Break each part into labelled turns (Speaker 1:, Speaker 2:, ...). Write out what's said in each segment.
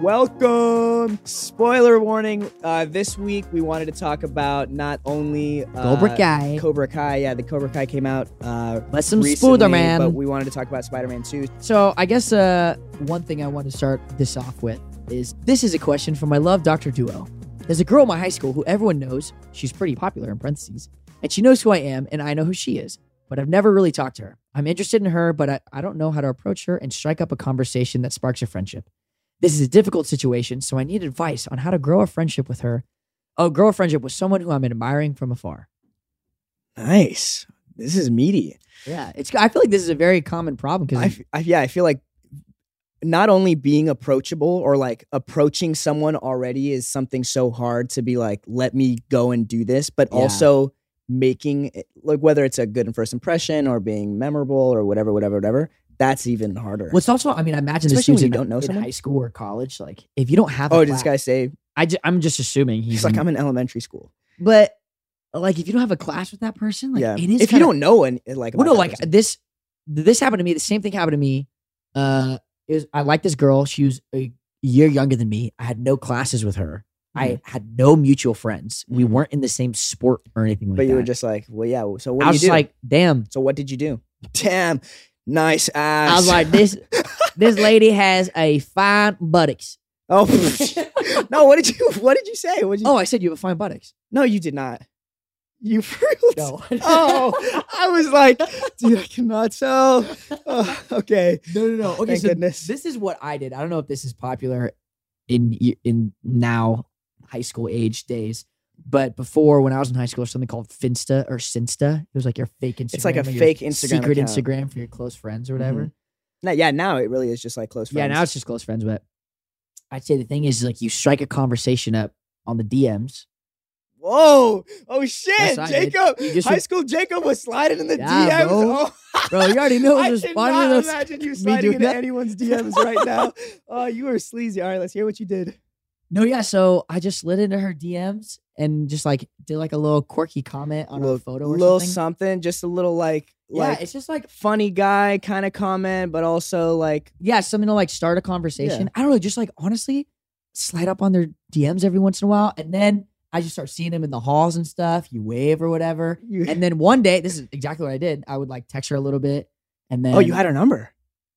Speaker 1: Welcome. Spoiler warning. Uh, this week we wanted to talk about not only uh,
Speaker 2: Cobra Kai.
Speaker 1: Cobra Kai. Yeah, the Cobra Kai came out. Uh,
Speaker 2: Let's some
Speaker 1: recently,
Speaker 2: Spooderman.
Speaker 1: But we wanted to talk about Spider Man 2.
Speaker 2: So I guess uh, one thing I want to start this off with is this is a question from my love Dr. Duo. There's a girl in my high school who everyone knows. She's pretty popular in parentheses, and she knows who I am, and I know who she is. But I've never really talked to her. I'm interested in her, but I, I don't know how to approach her and strike up a conversation that sparks a friendship. This is a difficult situation, so I need advice on how to grow a friendship with her. Oh, grow a friendship with someone who I'm admiring from afar.
Speaker 1: Nice. This is meaty.
Speaker 2: Yeah, it's. I feel like this is a very common
Speaker 1: I
Speaker 2: problem because
Speaker 1: f- I- yeah, I feel like not only being approachable or like approaching someone already is something so hard to be like, let me go and do this, but
Speaker 2: Yeah.
Speaker 1: also making it, like whether it's a good first impression or being memorable or whatever, whatever, whatever. That's even harder.
Speaker 2: What's also, I mean, I imagine this
Speaker 1: Especially when
Speaker 2: dude's
Speaker 1: you
Speaker 2: in,
Speaker 1: don't know
Speaker 2: in
Speaker 1: someone.
Speaker 2: high school or college. Like, if you don't have, a
Speaker 1: oh, did
Speaker 2: class, Mm-hmm.
Speaker 1: this guy say
Speaker 2: I ju- I'm just assuming he's,
Speaker 1: he's like,
Speaker 2: in-
Speaker 1: I'm in elementary school.
Speaker 2: but like, if you don't have a class with that person, like,
Speaker 1: yeah.
Speaker 2: it is.
Speaker 1: if you
Speaker 2: kinda-
Speaker 1: don't know and like,
Speaker 2: well,
Speaker 1: about
Speaker 2: no,
Speaker 1: that
Speaker 2: like
Speaker 1: person.
Speaker 2: this, this happened to me. The same thing happened to me. Uh, is I like this girl. She was a year younger than me. I had no classes with her. I
Speaker 1: Mm-hmm.
Speaker 2: had no mutual friends. We
Speaker 1: Mhm.
Speaker 2: weren't in the same sport or anything like
Speaker 1: but you
Speaker 2: that.
Speaker 1: were just like, well, yeah. So what
Speaker 2: uh, I
Speaker 1: did
Speaker 2: was
Speaker 1: you do?
Speaker 2: just like, damn.
Speaker 1: so what did you do? Damn, nice ass.
Speaker 2: I was like, this this lady has a fine buttocks.
Speaker 1: oh no, what did you? What did you say? What did you?
Speaker 2: Oh, I said you have a fine buttocks.
Speaker 1: No, you did not. You really?
Speaker 2: No.
Speaker 1: oh, I was like, dude, I cannot tell. Oh, okay.
Speaker 2: No, no, no. Okay,
Speaker 1: Thank
Speaker 2: so
Speaker 1: goodness.
Speaker 2: this is what I did. I don't know if this is popular in in now high school age days, but before when I was in high school, there's something called Finsta or Sinsta. It was like your fake Instagram.
Speaker 1: It's like a
Speaker 2: or your
Speaker 1: fake Instagram
Speaker 2: secret
Speaker 1: account.
Speaker 2: Instagram for your close friends or whatever.
Speaker 1: No, yeah, now it really is just like close friends.
Speaker 2: Yeah, now it's just close friends, but I'd say the thing is like you strike a conversation up on the DMs.
Speaker 1: Whoa! Oh
Speaker 2: Yes,
Speaker 1: shit,
Speaker 2: I did.
Speaker 1: Jacob!
Speaker 2: You just-
Speaker 1: High school Jacob was sliding in the
Speaker 2: Yeah,
Speaker 1: DMs.
Speaker 2: bro.
Speaker 1: Oh,
Speaker 2: Bro, you already know
Speaker 1: I
Speaker 2: who's
Speaker 1: did not
Speaker 2: responding to those.
Speaker 1: imagine you
Speaker 2: me
Speaker 1: sliding
Speaker 2: doing
Speaker 1: into
Speaker 2: that.
Speaker 1: anyone's DMs right now. Oh, you were sleazy. All right, let's hear what you did.
Speaker 2: No, yeah. So I just slid into her DMs and just like did like a little quirky comment on
Speaker 1: Little-
Speaker 2: a photo or
Speaker 1: little
Speaker 2: something.
Speaker 1: just a little like, like
Speaker 2: yeah, it's just like
Speaker 1: funny guy kind of comment, but also like
Speaker 2: yeah, something to like start a conversation. I don't know, just like honestly, slide up on their DMs every once in a while, and then I just start seeing them in the halls and stuff. You wave or whatever,
Speaker 1: you.
Speaker 2: and then one day, this is exactly what I did. I would like text her a little bit, and then
Speaker 1: oh, you had her number.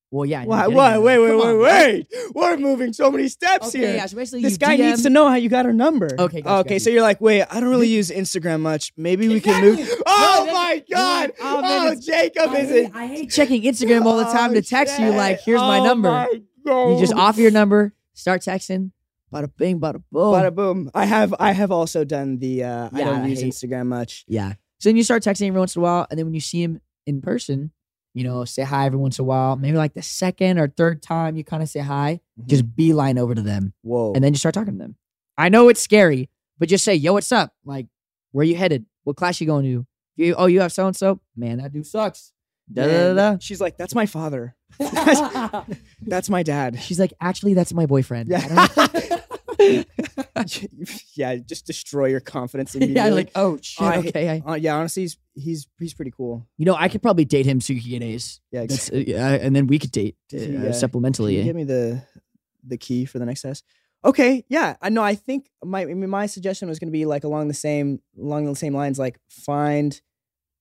Speaker 2: well, yeah. I ended up
Speaker 1: Why?
Speaker 2: getting
Speaker 1: Why?
Speaker 2: her
Speaker 1: Wait, wait,
Speaker 2: number. Come
Speaker 1: wait,
Speaker 2: on, man.
Speaker 1: wait! We're moving so many steps
Speaker 2: Okay,
Speaker 1: here.
Speaker 2: yeah. So basically,
Speaker 1: This
Speaker 2: you
Speaker 1: guy
Speaker 2: DM
Speaker 1: needs to know how you got her number.
Speaker 2: Okay, gotcha,
Speaker 1: okay.
Speaker 2: gotcha.
Speaker 1: So you're like, wait, I don't really use Instagram much. Maybe we can move.
Speaker 2: Exactly.
Speaker 1: Oh
Speaker 2: No, that's-
Speaker 1: my
Speaker 2: you're
Speaker 1: God!
Speaker 2: like, oh, man,
Speaker 1: oh,
Speaker 2: it's-
Speaker 1: Jacob
Speaker 2: I
Speaker 1: is
Speaker 2: hate,
Speaker 1: it?
Speaker 2: I hate checking Instagram all the time to text you like, here's my
Speaker 1: Oh,
Speaker 2: number.
Speaker 1: my
Speaker 2: You just
Speaker 1: God.
Speaker 2: offer your number, start texting, bada bing, bada boom.
Speaker 1: Bada boom. I have I have also done the uh, I
Speaker 2: Oh. Yeah,
Speaker 1: don't
Speaker 2: I
Speaker 1: use
Speaker 2: hate-
Speaker 1: Instagram much.
Speaker 2: Yeah. So then you start texting every once in a while, and then when you see him in person, you know, say hi every once in a while. Maybe like the second or third time you kind of say hi,
Speaker 1: Mm-hmm.
Speaker 2: just beeline over to them,
Speaker 1: whoa.
Speaker 2: Mhm. and then you start talking to them. I know it's scary, but just say, "Yo, what's up? Like, where you headed? What class you going to? You, oh, you have so and so. Man, that dude sucks." Da da da.
Speaker 1: And She's like, that's my father.
Speaker 2: da.
Speaker 1: That's my dad.
Speaker 2: She's like, "Actually, that's my boyfriend." I
Speaker 1: Yeah.
Speaker 2: don't-
Speaker 1: yeah, just destroy your confidence
Speaker 2: yeah,
Speaker 1: immediately.
Speaker 2: like, oh shit.
Speaker 1: I-
Speaker 2: okay, I,
Speaker 1: Uh, yeah, honestly, he's he's he's pretty cool.
Speaker 2: you know, I could probably date him so you could get A's.
Speaker 1: Yeah,
Speaker 2: That's, uh, yeah, and then we could date uh,
Speaker 1: Does he, uh, Can
Speaker 2: supplementally.
Speaker 1: you give me the the key for the next test. Okay, yeah, I know. I think my I mean, my suggestion was going to be like along the same along the same lines, like find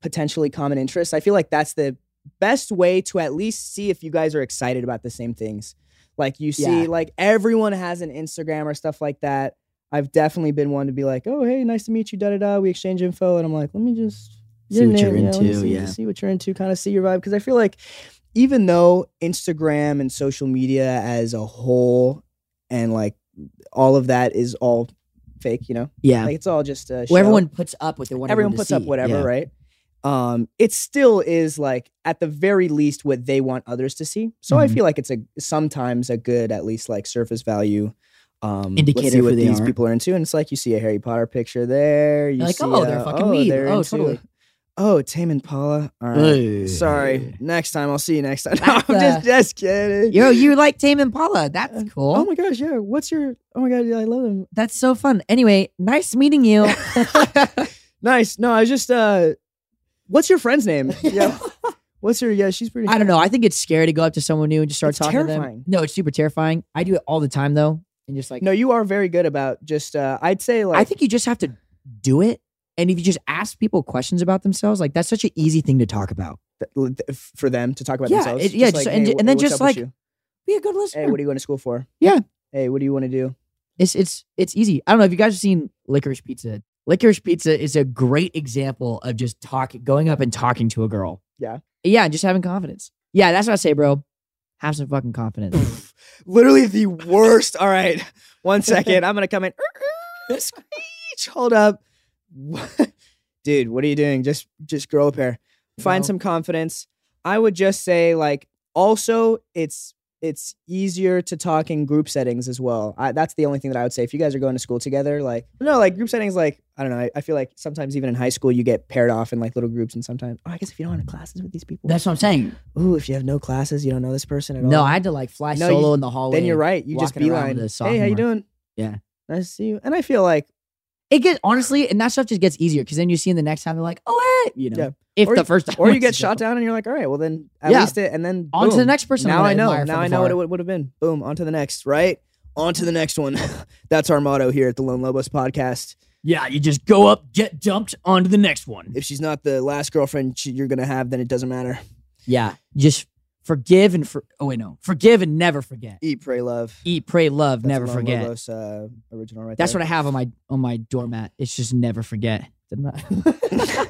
Speaker 1: potentially common interests. I feel like that's the best way to at least see if you guys are excited about the same things. Like you see,
Speaker 2: Yeah.
Speaker 1: like everyone has an Instagram or stuff like that. I've definitely been one to be like, oh hey, nice to meet you, da da da. We exchange info, and I'm like, let me just
Speaker 2: See
Speaker 1: your
Speaker 2: what you're
Speaker 1: name, yeah, let me
Speaker 2: into,
Speaker 1: see-
Speaker 2: yeah.
Speaker 1: see what you're into, kind of see your vibe, because I feel like even though Instagram and social media as a whole and like all of that is all fake, you know,
Speaker 2: Yeah.
Speaker 1: like it's all just a show.
Speaker 2: well, everyone puts up with the whatever.
Speaker 1: everyone
Speaker 2: to
Speaker 1: puts
Speaker 2: see.
Speaker 1: up whatever,
Speaker 2: Yeah.
Speaker 1: right? Um, it still is like at the very least what they want others to see. So I
Speaker 2: Mhm.
Speaker 1: feel like it's a sometimes a good at least like surface value. Um,
Speaker 2: Indicator
Speaker 1: let's see
Speaker 2: who
Speaker 1: what
Speaker 2: they
Speaker 1: these
Speaker 2: are.
Speaker 1: people are into, and it's like you see a Harry Potter picture there. You
Speaker 2: You're like,
Speaker 1: see
Speaker 2: oh, they're
Speaker 1: a-
Speaker 2: fucking weeb.
Speaker 1: they're
Speaker 2: Oh,
Speaker 1: into-
Speaker 2: totally.
Speaker 1: Oh, Tame Impala. All right.
Speaker 2: Ugh.
Speaker 1: uh, Sorry. Next time. I'll see you next time.
Speaker 2: That's,
Speaker 1: I'm
Speaker 2: uh,
Speaker 1: just, just kidding.
Speaker 2: Yo, you like Tame Impala? That's cool.
Speaker 1: Oh my gosh. Yeah. What's your. Oh my God. Yeah, I love them.
Speaker 2: That's so fun. Anyway, nice meeting you.
Speaker 1: Nice. No, I was just. uh What's your friend's name? Yeah. What's your. Yeah, she's pretty.
Speaker 2: I don't know. I think it's scary to go up to someone new and just start
Speaker 1: It's
Speaker 2: talking to
Speaker 1: terrifying.
Speaker 2: them. No, it's super terrifying. I do it all the time though. and just like
Speaker 1: No, you are very good about just. Uh, I'd say like
Speaker 2: I think you just have to do it. And if you just ask people questions about themselves, like that's such an easy thing to talk about.
Speaker 1: th- th- for them to talk about
Speaker 2: Yeah,
Speaker 1: themselves.
Speaker 2: it- yeah, just- and
Speaker 1: hey,
Speaker 2: ju- and then
Speaker 1: what's
Speaker 2: just
Speaker 1: up with
Speaker 2: like-
Speaker 1: you?
Speaker 2: Be a good listener.
Speaker 1: hey, what are you going to school for?
Speaker 2: Yeah.
Speaker 1: Hey, what do you want to do?
Speaker 2: It's it's it's easy. I don't know if you guys have seen Licorice Pizza. Licorice Pizza is a great example of just talk going up and talking to a girl.
Speaker 1: Yeah.
Speaker 2: Yeah, and just having confidence. Yeah, that's what I say, bro. Have some fucking confidence.
Speaker 1: Literally the worst. All right, one second. I'm gonna come in. Screech. Hold up, dude. What are you doing? Just just grow a pair. Find
Speaker 2: No.
Speaker 1: some confidence. I would just say like also it's it's easier to talk in group settings as well. I, that's the only thing that I would say. If you guys are going to school together, like no, like group settings, like I don't know. I, I feel like sometimes even in high school you get paired off in like little groups, and sometimes oh, I guess if you don't have classes with these people,
Speaker 2: that's what I'm saying.
Speaker 1: ooh, if you have no classes, you don't know this person at all.
Speaker 2: No, I had to like fly
Speaker 1: No,
Speaker 2: solo
Speaker 1: you-
Speaker 2: in the hallway.
Speaker 1: then you're right. You just
Speaker 2: walking around
Speaker 1: beeline.
Speaker 2: with a
Speaker 1: Hey, how you
Speaker 2: sophomore.
Speaker 1: doing?
Speaker 2: Yeah.
Speaker 1: nice to see you. And I feel like
Speaker 2: It gets honestly, and that stuff just gets easier because then you see them the next time they're like, oh, hey, you know,
Speaker 1: Yeah.
Speaker 2: if
Speaker 1: Or
Speaker 2: the
Speaker 1: you-
Speaker 2: first time
Speaker 1: or you
Speaker 2: was
Speaker 1: get
Speaker 2: to
Speaker 1: shot
Speaker 2: go.
Speaker 1: down and you're like, all right, well then at
Speaker 2: Yeah.
Speaker 1: least it, and then
Speaker 2: on to the
Speaker 1: boom.
Speaker 2: next person. I'm
Speaker 1: Now
Speaker 2: gonna
Speaker 1: I know.
Speaker 2: admire
Speaker 1: Now
Speaker 2: from
Speaker 1: I know what
Speaker 2: afar.
Speaker 1: it would have been. Boom, on to the next, right? On to the next one. That's our motto here at the Lone Lobos podcast.
Speaker 2: Yeah, you just go up, get dumped onto the next one.
Speaker 1: If she's not the last girlfriend she, you're gonna have, then it doesn't matter.
Speaker 2: Yeah, just forgive and for. Oh wait, no, forgive and never forget.
Speaker 1: Eat, pray, love.
Speaker 2: Eat, pray, love,
Speaker 1: That's
Speaker 2: never
Speaker 1: a Lone
Speaker 2: forget.
Speaker 1: Lobos, uh, original, right?
Speaker 2: That's
Speaker 1: there.
Speaker 2: what I have on my on my doormat. It's just never forget. Didn't I-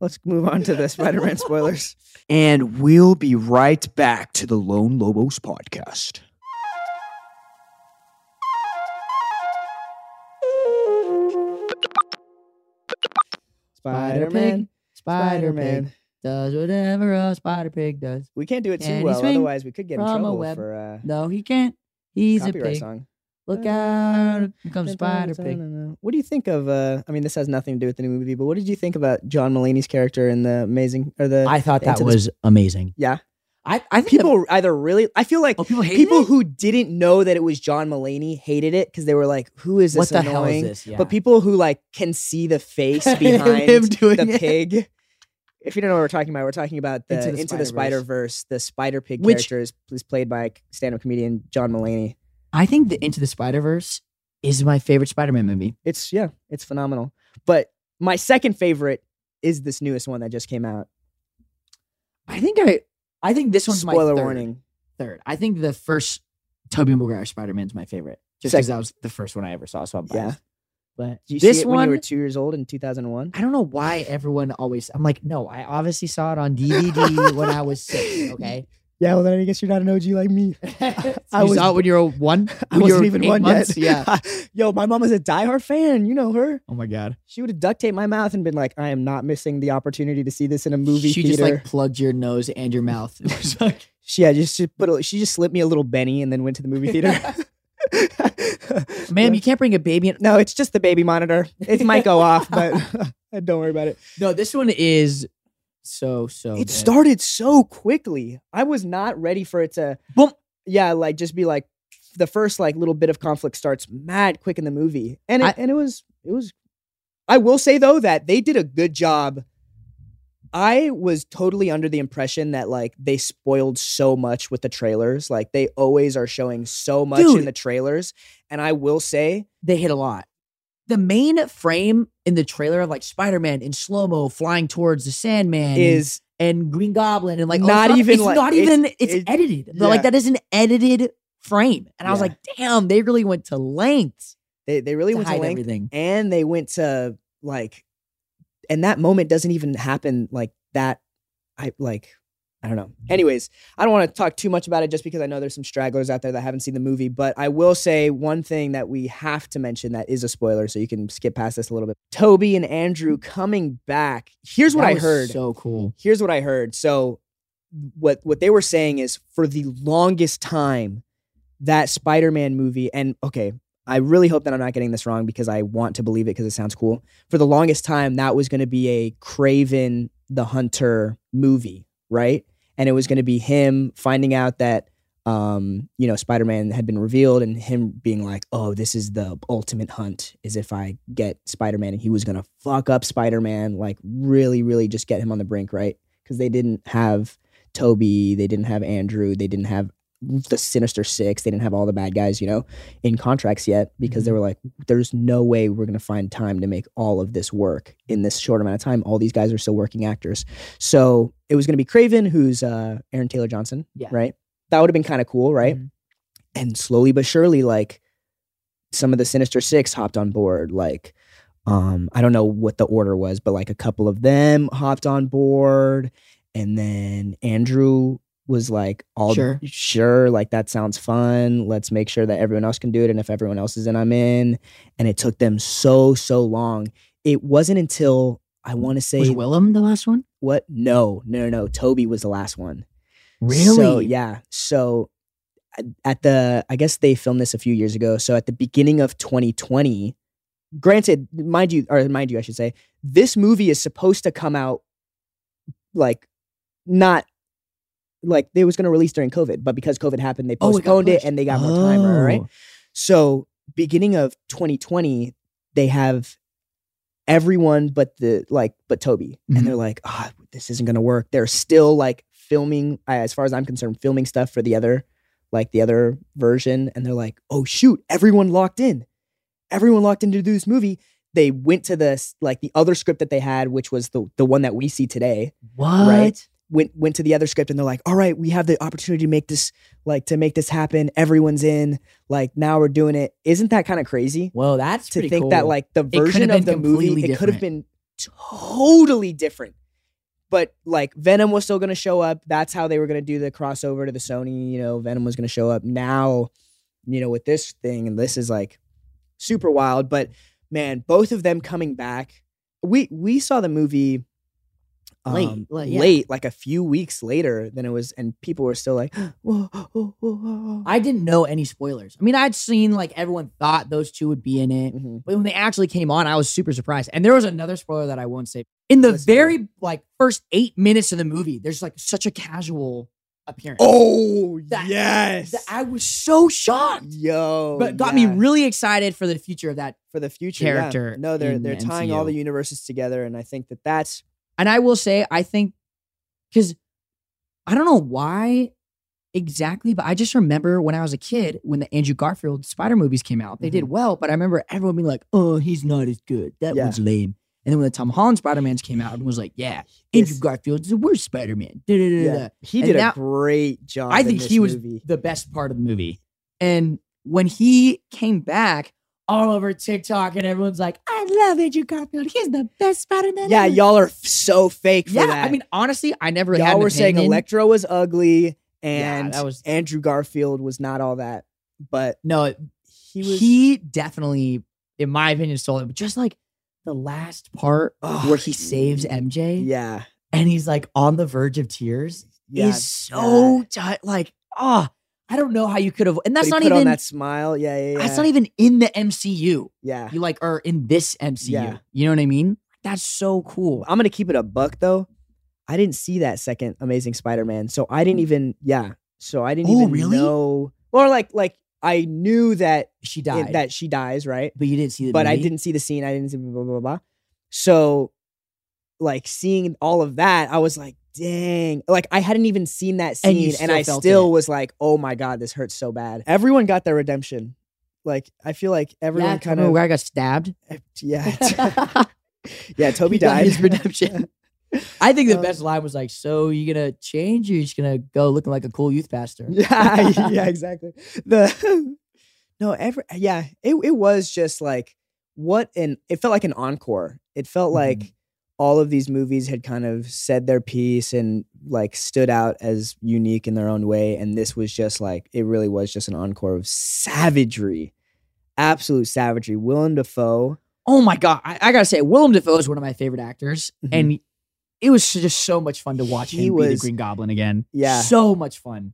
Speaker 1: Let's move on to the Spider-Man spoilers.
Speaker 3: And we'll be right back to the Lone Lobos podcast.
Speaker 2: Spider-Pig,
Speaker 1: Spider-Man,
Speaker 2: spider pig does whatever a spider pig does.
Speaker 1: We can't do it too
Speaker 2: Can you
Speaker 1: well,
Speaker 2: swing
Speaker 1: otherwise we could get in
Speaker 2: from a
Speaker 1: trouble
Speaker 2: web?
Speaker 1: for uh,
Speaker 2: No, he can't. He's a
Speaker 1: copyright
Speaker 2: pig.
Speaker 1: song.
Speaker 2: Look out! Here comes spider pig.
Speaker 1: What do you think of? Uh, I mean, this has nothing to do with the new movie, but what did you think about John Mulaney's character in the amazing or the
Speaker 2: I thought that
Speaker 1: Into this-
Speaker 2: was amazing.
Speaker 1: Yeah.
Speaker 2: I I think
Speaker 1: people either really? I feel like
Speaker 2: oh, people hated
Speaker 1: people
Speaker 2: it?
Speaker 1: who didn't know that it was John Mulaney hated it because they were like, "Who is
Speaker 2: what
Speaker 1: this
Speaker 2: the
Speaker 1: annoying?"
Speaker 2: hell is this? Yeah.
Speaker 1: But people who like can see the face behind
Speaker 2: him doing
Speaker 1: the
Speaker 2: it.
Speaker 1: pig. If you don't know what we're talking about, we're talking about the Into the, Spider Verse. The Spider Pig
Speaker 2: Which-
Speaker 1: character is, is played by stand-up comedian John Mulaney.
Speaker 2: I think the Into the Spider Verse is my favorite Spider Man movie.
Speaker 1: It's yeah, it's phenomenal. But my second favorite is this newest one that just came out.
Speaker 2: I think I I think this one's
Speaker 1: Spoiler
Speaker 2: my third,
Speaker 1: warning.
Speaker 2: Third, I think the first Tobey Maguire Spider Man's my favorite, just because that was the first one I ever saw. So I'm
Speaker 1: Yeah.
Speaker 2: biased. But
Speaker 1: Did you
Speaker 2: this
Speaker 1: see it
Speaker 2: one,
Speaker 1: when you were two years old in two thousand one?
Speaker 2: I don't know why everyone always. I'm like, no, I obviously saw it on DVD when I was six. Okay,
Speaker 1: Yeah, well then I guess you're not an OG like me.
Speaker 2: I
Speaker 1: was-
Speaker 2: saw it when you were one.
Speaker 1: I
Speaker 2: When you
Speaker 1: wasn't
Speaker 2: were
Speaker 1: even
Speaker 2: eight
Speaker 1: one
Speaker 2: months?
Speaker 1: yet.
Speaker 2: Yeah.
Speaker 1: Yo, my mom is a diehard fan. You know her.
Speaker 2: Oh my god.
Speaker 1: She would have duct taped my mouth and been like, "I am not missing the opportunity to see this in a movie
Speaker 2: she
Speaker 1: theater."
Speaker 2: just like plugged your nose and your mouth. It was like,
Speaker 1: she, yeah, just she put. A, she just slipped me a little Benny and then went to the movie theater.
Speaker 2: ma'am, you can't bring a baby in.
Speaker 1: no, it's just the baby monitor. It might go off, but don't worry about it.
Speaker 2: No, this one is so so.
Speaker 1: it
Speaker 2: good.
Speaker 1: started so quickly. I was not ready for it to
Speaker 2: Boom.
Speaker 1: Yeah, like just be like the first like little bit of conflict starts mad quick in the movie, and it,
Speaker 2: I-
Speaker 1: and it was it was. I will say though that they did a good job. I was totally under the impression that like they spoiled so much with the trailers. Like they always are showing so much in
Speaker 2: Dude.
Speaker 1: the trailers, and I will say
Speaker 2: they hit a lot. The main frame in the trailer of like Spider Man in slow mo flying towards the Sandman
Speaker 1: is
Speaker 2: and, and Green Goblin and like all
Speaker 1: Not
Speaker 2: this stuff,
Speaker 1: even,
Speaker 2: it's
Speaker 1: like-
Speaker 2: not
Speaker 1: it's-
Speaker 2: even it's,
Speaker 1: it-
Speaker 2: edited They're
Speaker 1: yeah.
Speaker 2: like that is an edited frame and I was
Speaker 1: Yeah.
Speaker 2: like damn they really went to lengths
Speaker 1: they they really
Speaker 2: to
Speaker 1: went to
Speaker 2: hide
Speaker 1: length
Speaker 2: everything
Speaker 1: and they went to like and that moment doesn't even happen like that i like i don't know
Speaker 2: Mm-hmm.
Speaker 1: anyways i don't want to talk too much about it just because i know there's some stragglers out there that haven't seen the movie but i will say one thing that we have to mention that is a spoiler so you can skip past this a little bit toby and andrew coming back here's what
Speaker 2: Mm-hmm. That
Speaker 1: i
Speaker 2: was
Speaker 1: heard
Speaker 2: so cool
Speaker 1: here's what I heard. So what what they were saying is for the longest time that Spider-Man movie and okay, I really hope that I'm not getting this wrong because I want to believe it because it sounds cool. For the longest time that was going to be a Craven the Hunter movie, right? And it was going to be him finding out that um, you know, Spider-Man had been revealed and him being like, "Oh, this is the ultimate hunt is if I get Spider-Man." And he was going to fuck up Spider-Man, like really really just get him on the brink, right? because they didn't have Toby, they didn't have Andrew, they didn't have the Sinister Six. They didn't have all the bad guys, you know, in contracts yet because they were like, there's no way we're going to find time to make all of this work in this short amount of time. All these guys are still working actors. So it was going to be Craven, who's uh, Aaron Taylor Johnson,
Speaker 2: Yeah.
Speaker 1: right? That would have been kind of cool, right?
Speaker 2: Mhm.
Speaker 1: And slowly but surely, like some of the Sinister Six hopped on board. Like, um, I don't know what the order was, but like a couple of them hopped on board. And then Andrew was like, all
Speaker 2: Sure.
Speaker 1: sure, like that sounds fun. Let's make sure that everyone else can do it. And if everyone else is in, I'm in. And it took them so, so long. It wasn't until I want to say
Speaker 2: Was Willem the last one?
Speaker 1: what? No, no, no, no. Toby was the last one. So,
Speaker 2: Really?
Speaker 1: yeah. So at the, I guess they filmed this a few years ago. So at the beginning of 2020, granted, mind you, or mind you, I should say, this movie is supposed to come out like not like they was going to release during COVID, but because COVID happened, they
Speaker 2: Oh, it got
Speaker 1: postponed it,
Speaker 2: pushed.
Speaker 1: and they got more time. All right.
Speaker 2: Oh.
Speaker 1: So beginning of 2020, they have everyone but the like but Toby,
Speaker 2: Mhm.
Speaker 1: and they're like, "Ah, this isn't gonna work." They're still like filming, I- as far as I'm concerned, filming stuff for the other, like the other version, and they're like, "Oh shoot, everyone locked in, everyone locked into this movie." They went to this like the other script that they had, which was the the one that we see today,
Speaker 2: What?
Speaker 1: went went to the other script and they're like, "All right, we have the opportunity to make this like to make this happen. Everyone's in. Like now we're doing it. Isn't that kind of crazy
Speaker 2: Well, that's
Speaker 1: to
Speaker 2: pretty
Speaker 1: think
Speaker 2: cool.
Speaker 1: that like the
Speaker 2: could've
Speaker 1: version
Speaker 2: been
Speaker 1: of the movie
Speaker 2: completely
Speaker 1: it could have been totally different. But like Venom was still going to show up. That's how they were going to do the crossover to the Sony, you know, Venom was going to show up. Now, you know, with this thing and this is like super wild, but man, both of them coming back. We we saw the movie
Speaker 2: Late,
Speaker 1: um,
Speaker 2: like, yeah.
Speaker 1: late, like a few weeks later than it was, and people were still like, mm-hmm. whoa, whoa, whoa, whoa.
Speaker 2: I didn't know any spoilers. I mean, I'd seen like everyone thought those two would be in it,
Speaker 1: Mhm.
Speaker 2: but when they actually came on, I was super surprised. And there was another spoiler that I won't say. In the
Speaker 1: Let's do it.
Speaker 2: very like first eight minutes of the movie, there's like such a casual appearance.
Speaker 1: Oh
Speaker 2: That-
Speaker 1: yes,
Speaker 2: That I was so shocked,
Speaker 1: yo,
Speaker 2: but got
Speaker 1: yeah.
Speaker 2: me really excited for the future of that
Speaker 1: for the future yeah.
Speaker 2: character
Speaker 1: No, they're
Speaker 2: in
Speaker 1: they're
Speaker 2: the
Speaker 1: tying all
Speaker 2: MCU.
Speaker 1: the universes together, and I think that that's
Speaker 2: And I will say, I think because I don't know why exactly, but I just remember when I was a kid when the Andrew Garfield Spider movies came out, they did
Speaker 1: Mhm.
Speaker 2: well, but I remember everyone being like, "Oh, he's not as good. That
Speaker 1: Yeah.
Speaker 2: one's lame." And then when the Tom Holland Spider Mans came out, everyone was like, "Yeah, Andrew
Speaker 1: Yes.
Speaker 2: Garfield's the worst Spider Man." The
Speaker 1: he
Speaker 2: And
Speaker 1: did
Speaker 2: now-
Speaker 1: a great job.
Speaker 2: I
Speaker 1: in
Speaker 2: think
Speaker 1: this
Speaker 2: he was-
Speaker 1: movie.
Speaker 2: best part of the movie. And when he came back. All over TikTok, and everyone's like, "I love Andrew Garfield. He's the best Spider-Man."
Speaker 1: Yeah,
Speaker 2: ever."
Speaker 1: y'all are f- so fake for
Speaker 2: yeah.
Speaker 1: that.
Speaker 2: I mean, honestly, I never had
Speaker 1: y'all
Speaker 2: an
Speaker 1: were saying
Speaker 2: opinion.
Speaker 1: Electro was ugly, and
Speaker 2: that was-
Speaker 1: Andrew Garfield was not all that, but
Speaker 2: No,
Speaker 1: he
Speaker 2: he,
Speaker 1: was.
Speaker 2: definitely, in my opinion, stole it. But just like the last part
Speaker 1: Ugh.
Speaker 2: where he saves MJ
Speaker 1: yeah,
Speaker 2: and he's like on the verge of tears
Speaker 1: yeah.
Speaker 2: is so ti- like ah, I don't know how you could have.
Speaker 1: But
Speaker 2: And that's
Speaker 1: he
Speaker 2: not
Speaker 1: put
Speaker 2: even
Speaker 1: on that smile. Yeah, yeah, yeah.
Speaker 2: that's not even in the MCU.
Speaker 1: yeah.
Speaker 2: You like are in this MCU.
Speaker 1: Yeah. Uh,
Speaker 2: You know what I mean? That's so cool.
Speaker 1: I'm gonna keep it a buck though. I didn't see that second Amazing Spider-Man, so I didn't even. Yeah, so I didn't
Speaker 2: Hmm. Oh,
Speaker 1: even
Speaker 2: really?
Speaker 1: know. Or like, like I knew that
Speaker 2: She
Speaker 1: it-
Speaker 2: died,
Speaker 1: that she dies, right?
Speaker 2: but you didn't see the.
Speaker 1: But I
Speaker 2: movie?
Speaker 1: didn't see the scene. I didn't see blah blah blah. blah. So, like seeing all of that, I was like, dang! Like I hadn't even seen that
Speaker 2: And you
Speaker 1: scene, and,
Speaker 2: still
Speaker 1: I
Speaker 2: felt
Speaker 1: still
Speaker 2: it.
Speaker 1: was like, oh my god, this hurts so bad. Everyone got their redemption. Like I feel like everyone
Speaker 2: yeah,
Speaker 1: kind
Speaker 2: remember
Speaker 1: of eh,
Speaker 2: where I got stabbed.
Speaker 1: yeah yeah. Toby
Speaker 2: He got
Speaker 1: died.
Speaker 2: his redemption. I think the
Speaker 1: Um,
Speaker 2: best line was like, "So you gonna change? Or you're just gonna go looking like a cool youth pastor?"
Speaker 1: yeah, yeah, exactly. The no, every yeah, it it was just like what an it felt like an encore. It felt
Speaker 2: Mhm.
Speaker 1: like all of these movies had kind of said their piece and like stood out as unique in their own way, and this was just like it really was just an encore of savagery, absolute savagery. Willem Dafoe,
Speaker 2: Oh my god, I, I gotta say, Willem Dafoe is one of my favorite actors,
Speaker 1: Mhm.
Speaker 2: and it was just so much fun to watch
Speaker 1: He
Speaker 2: him be
Speaker 1: was-
Speaker 2: the Green Goblin again.
Speaker 1: Yeah.
Speaker 2: so much fun.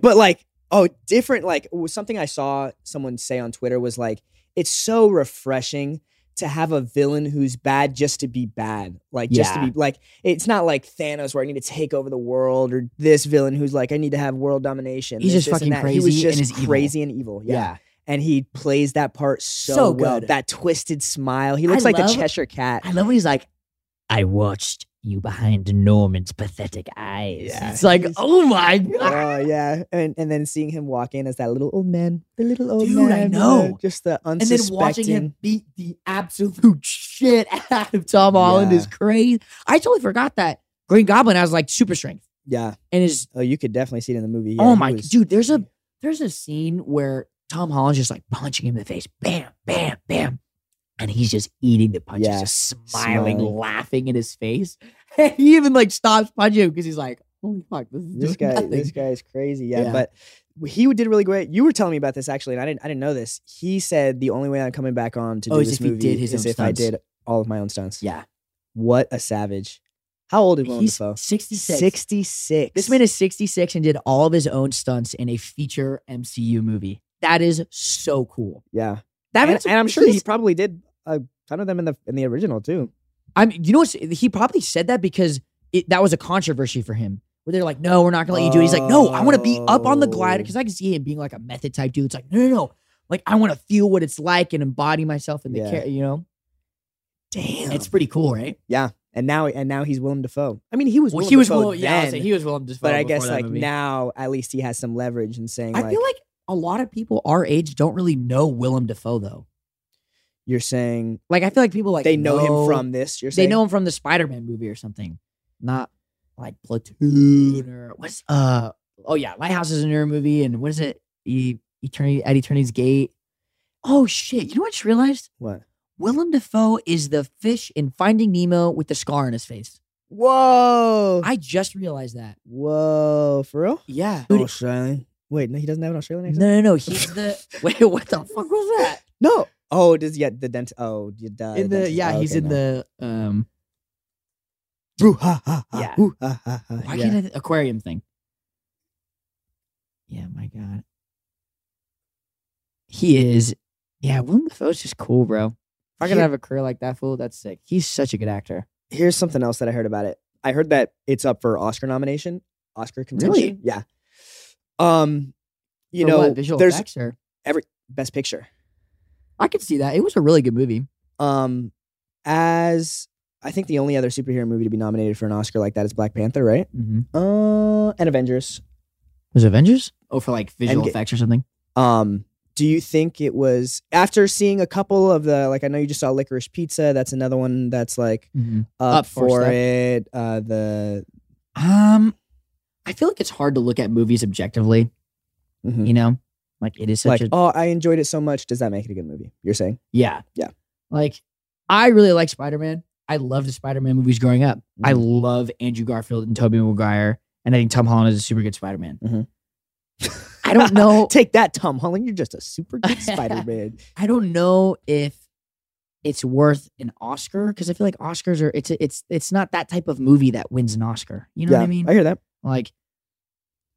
Speaker 1: but like oh, different. Like was something I saw someone say on Twitter was like it's so refreshing to have a villain who's bad just to be bad. Like just
Speaker 2: Yeah.
Speaker 1: to be like it's not like Thanos where I need to take over the world or this villain who's like I need to have world domination.
Speaker 2: He's
Speaker 1: this,
Speaker 2: just
Speaker 1: this, and
Speaker 2: fucking
Speaker 1: that. He was
Speaker 2: crazy and
Speaker 1: just
Speaker 2: is evil.
Speaker 1: crazy and evil. Yeah. And he plays that part so,
Speaker 2: So
Speaker 1: well.
Speaker 2: good.
Speaker 1: That twisted smile. He
Speaker 2: I
Speaker 1: looks like
Speaker 2: love-
Speaker 1: the Cheshire cat.
Speaker 2: I love when he's like, "I watched you behind Norman's pathetic eyes.
Speaker 1: Yeah.
Speaker 2: It's like, oh my god.
Speaker 1: Oh yeah, and and then seeing him walk in as that little old man, the little old
Speaker 2: Dude, I
Speaker 1: man, you
Speaker 2: know.
Speaker 1: just the
Speaker 2: And then watching
Speaker 1: unsuspecting.
Speaker 2: him beat the absolute shit out of Tom Holland
Speaker 1: Yeah.
Speaker 2: is crazy. I totally forgot that Green Goblin has like super strength
Speaker 1: yeah.
Speaker 2: and is
Speaker 1: Oh, you could definitely see it in the movie. Yeah,
Speaker 2: oh
Speaker 1: he
Speaker 2: my
Speaker 1: was-
Speaker 2: dude. There's a there's a scene where Tom Holland's just like punching him in the face, bam, bam, bam, and he's just eating the punches,
Speaker 1: Yeah,
Speaker 2: just
Speaker 1: smiling.
Speaker 2: smiling, laughing in his face. he even like stops punching him because he's like, holy fuck, this is
Speaker 1: This
Speaker 2: doing
Speaker 1: guy,
Speaker 2: nothing.
Speaker 1: this guy is crazy. Yeah,
Speaker 2: Yeah.
Speaker 1: but he did really great. You were telling me about this actually, and I didn't. I didn't know this. He said the only way I'm coming back on to
Speaker 2: Oh,
Speaker 1: do
Speaker 2: is
Speaker 1: this
Speaker 2: if he
Speaker 1: movie
Speaker 2: did his
Speaker 1: is
Speaker 2: own
Speaker 1: if I
Speaker 2: stunts.
Speaker 1: did all of my own stunts.
Speaker 2: Yeah.
Speaker 1: What a savage! How old is Willem
Speaker 2: He's
Speaker 1: Dafoe?
Speaker 2: 66.
Speaker 1: Sixty six.
Speaker 2: This man is 66 and did all of his own stunts in a feature MCU movie. That is so cool.
Speaker 1: yeah,
Speaker 2: That
Speaker 1: and,
Speaker 2: means-
Speaker 1: and I'm sure he
Speaker 2: he's-
Speaker 1: probably did a ton of them in the in the original too.
Speaker 2: I'm. You know, what's, he probably said that because it, that was a controversy for him. Where they're like, "No, we're not gonna let you do it." He's like, "No, I want to be up on the glider
Speaker 1: Oh.
Speaker 2: because I can see him being like a method type dude." It's like, "No, no, no! Like, I want to feel what it's like and embody myself in the
Speaker 1: Yeah.
Speaker 2: character." You know,
Speaker 1: Damn.
Speaker 2: it's pretty cool, right?
Speaker 1: and now and now he's Willem Dafoe. I mean, he was
Speaker 2: Well,
Speaker 1: Willem
Speaker 2: he was
Speaker 1: Dafoe
Speaker 2: willing. Yeah, I was
Speaker 1: then,
Speaker 2: saying, he was willing to.
Speaker 1: but I guess like now at least he has some leverage in saying
Speaker 2: I
Speaker 1: like,
Speaker 2: feel like a lot of people our age don't really know Willem Dafoe though.
Speaker 1: you're saying
Speaker 2: Like, I feel like people like
Speaker 1: they know, him from this. You're
Speaker 2: they
Speaker 1: saying
Speaker 2: know him from the Spider-Man movie or something, not like Platoon or what's uh oh yeah, Lighthouse is a newer movie and what is it? E- Eternity at Eternity's Gate. Oh shit! You know what I just realized?
Speaker 1: what?
Speaker 2: Willem Dafoe is the fish in Finding Nemo with the scar on his face.
Speaker 1: Whoa,
Speaker 2: I just realized that.
Speaker 1: whoa, for real?
Speaker 2: Yeah.
Speaker 1: Oh,
Speaker 2: Dude,
Speaker 1: Australian. Wait, no, he doesn't have an Australian accent.
Speaker 2: no, no, no. He's the wait. What the fuck was that?
Speaker 1: No. Oh, does yeah the Oh, dent? Oh, you died.
Speaker 2: In the yeah, he's in the um.
Speaker 1: ha ha ha.
Speaker 2: Yeah.
Speaker 1: ooh, ha, ha, ha.
Speaker 2: Why
Speaker 1: Yeah.
Speaker 2: can't I th- aquarium thing? Yeah, my God. He is. Yeah, Willem Dafoe's just cool, bro. If I could
Speaker 1: He-
Speaker 2: have a career like that, fool, that's sick. He's such a good actor.
Speaker 1: Here's something else that I heard about it. I heard that it's up for Oscar nomination, Oscar contention.
Speaker 2: Really?
Speaker 1: Yeah. Um, you
Speaker 2: For
Speaker 1: know,
Speaker 2: what, visual
Speaker 1: there's
Speaker 2: effects or
Speaker 1: best picture.
Speaker 2: I could see that. It was a really good movie.
Speaker 1: um as I think the only other superhero movie to be nominated for an Oscar like that is Black Panther, right? Uh, and Avengers.
Speaker 2: Was it Avengers? Oh, for like visual
Speaker 1: Endgame.
Speaker 2: effects or something.
Speaker 1: Um, do you think it was after seeing a couple of the like I know you just saw Licorice Pizza, that's another one that's like up,
Speaker 2: Up for
Speaker 1: for
Speaker 2: stuff.
Speaker 1: it. Uh, the
Speaker 2: Um, I feel like it's hard to look at movies objectively.
Speaker 1: mhm.
Speaker 2: You know, like it is Mm-hmm. such
Speaker 1: like
Speaker 2: a
Speaker 1: oh I enjoyed it so much. Does that make it a good movie? You're saying?
Speaker 2: Yeah.
Speaker 1: Yeah.
Speaker 2: Like, I really like Spider Man. I loved the Spider Man movies growing up. I
Speaker 1: Mm-hmm.
Speaker 2: love Andrew Garfield and Tobey Maguire. And I think Tom Holland is a super good Spider Man.
Speaker 1: Mhm.
Speaker 2: I don't know.
Speaker 1: Take that, Tom Holland. You're just a super good Spider Man.
Speaker 2: I don't know if it's worth an Oscar because I feel like Oscars are it's it's it's not that type of movie that wins an Oscar. You know
Speaker 1: yeah,
Speaker 2: what I mean?
Speaker 1: I hear that.
Speaker 2: like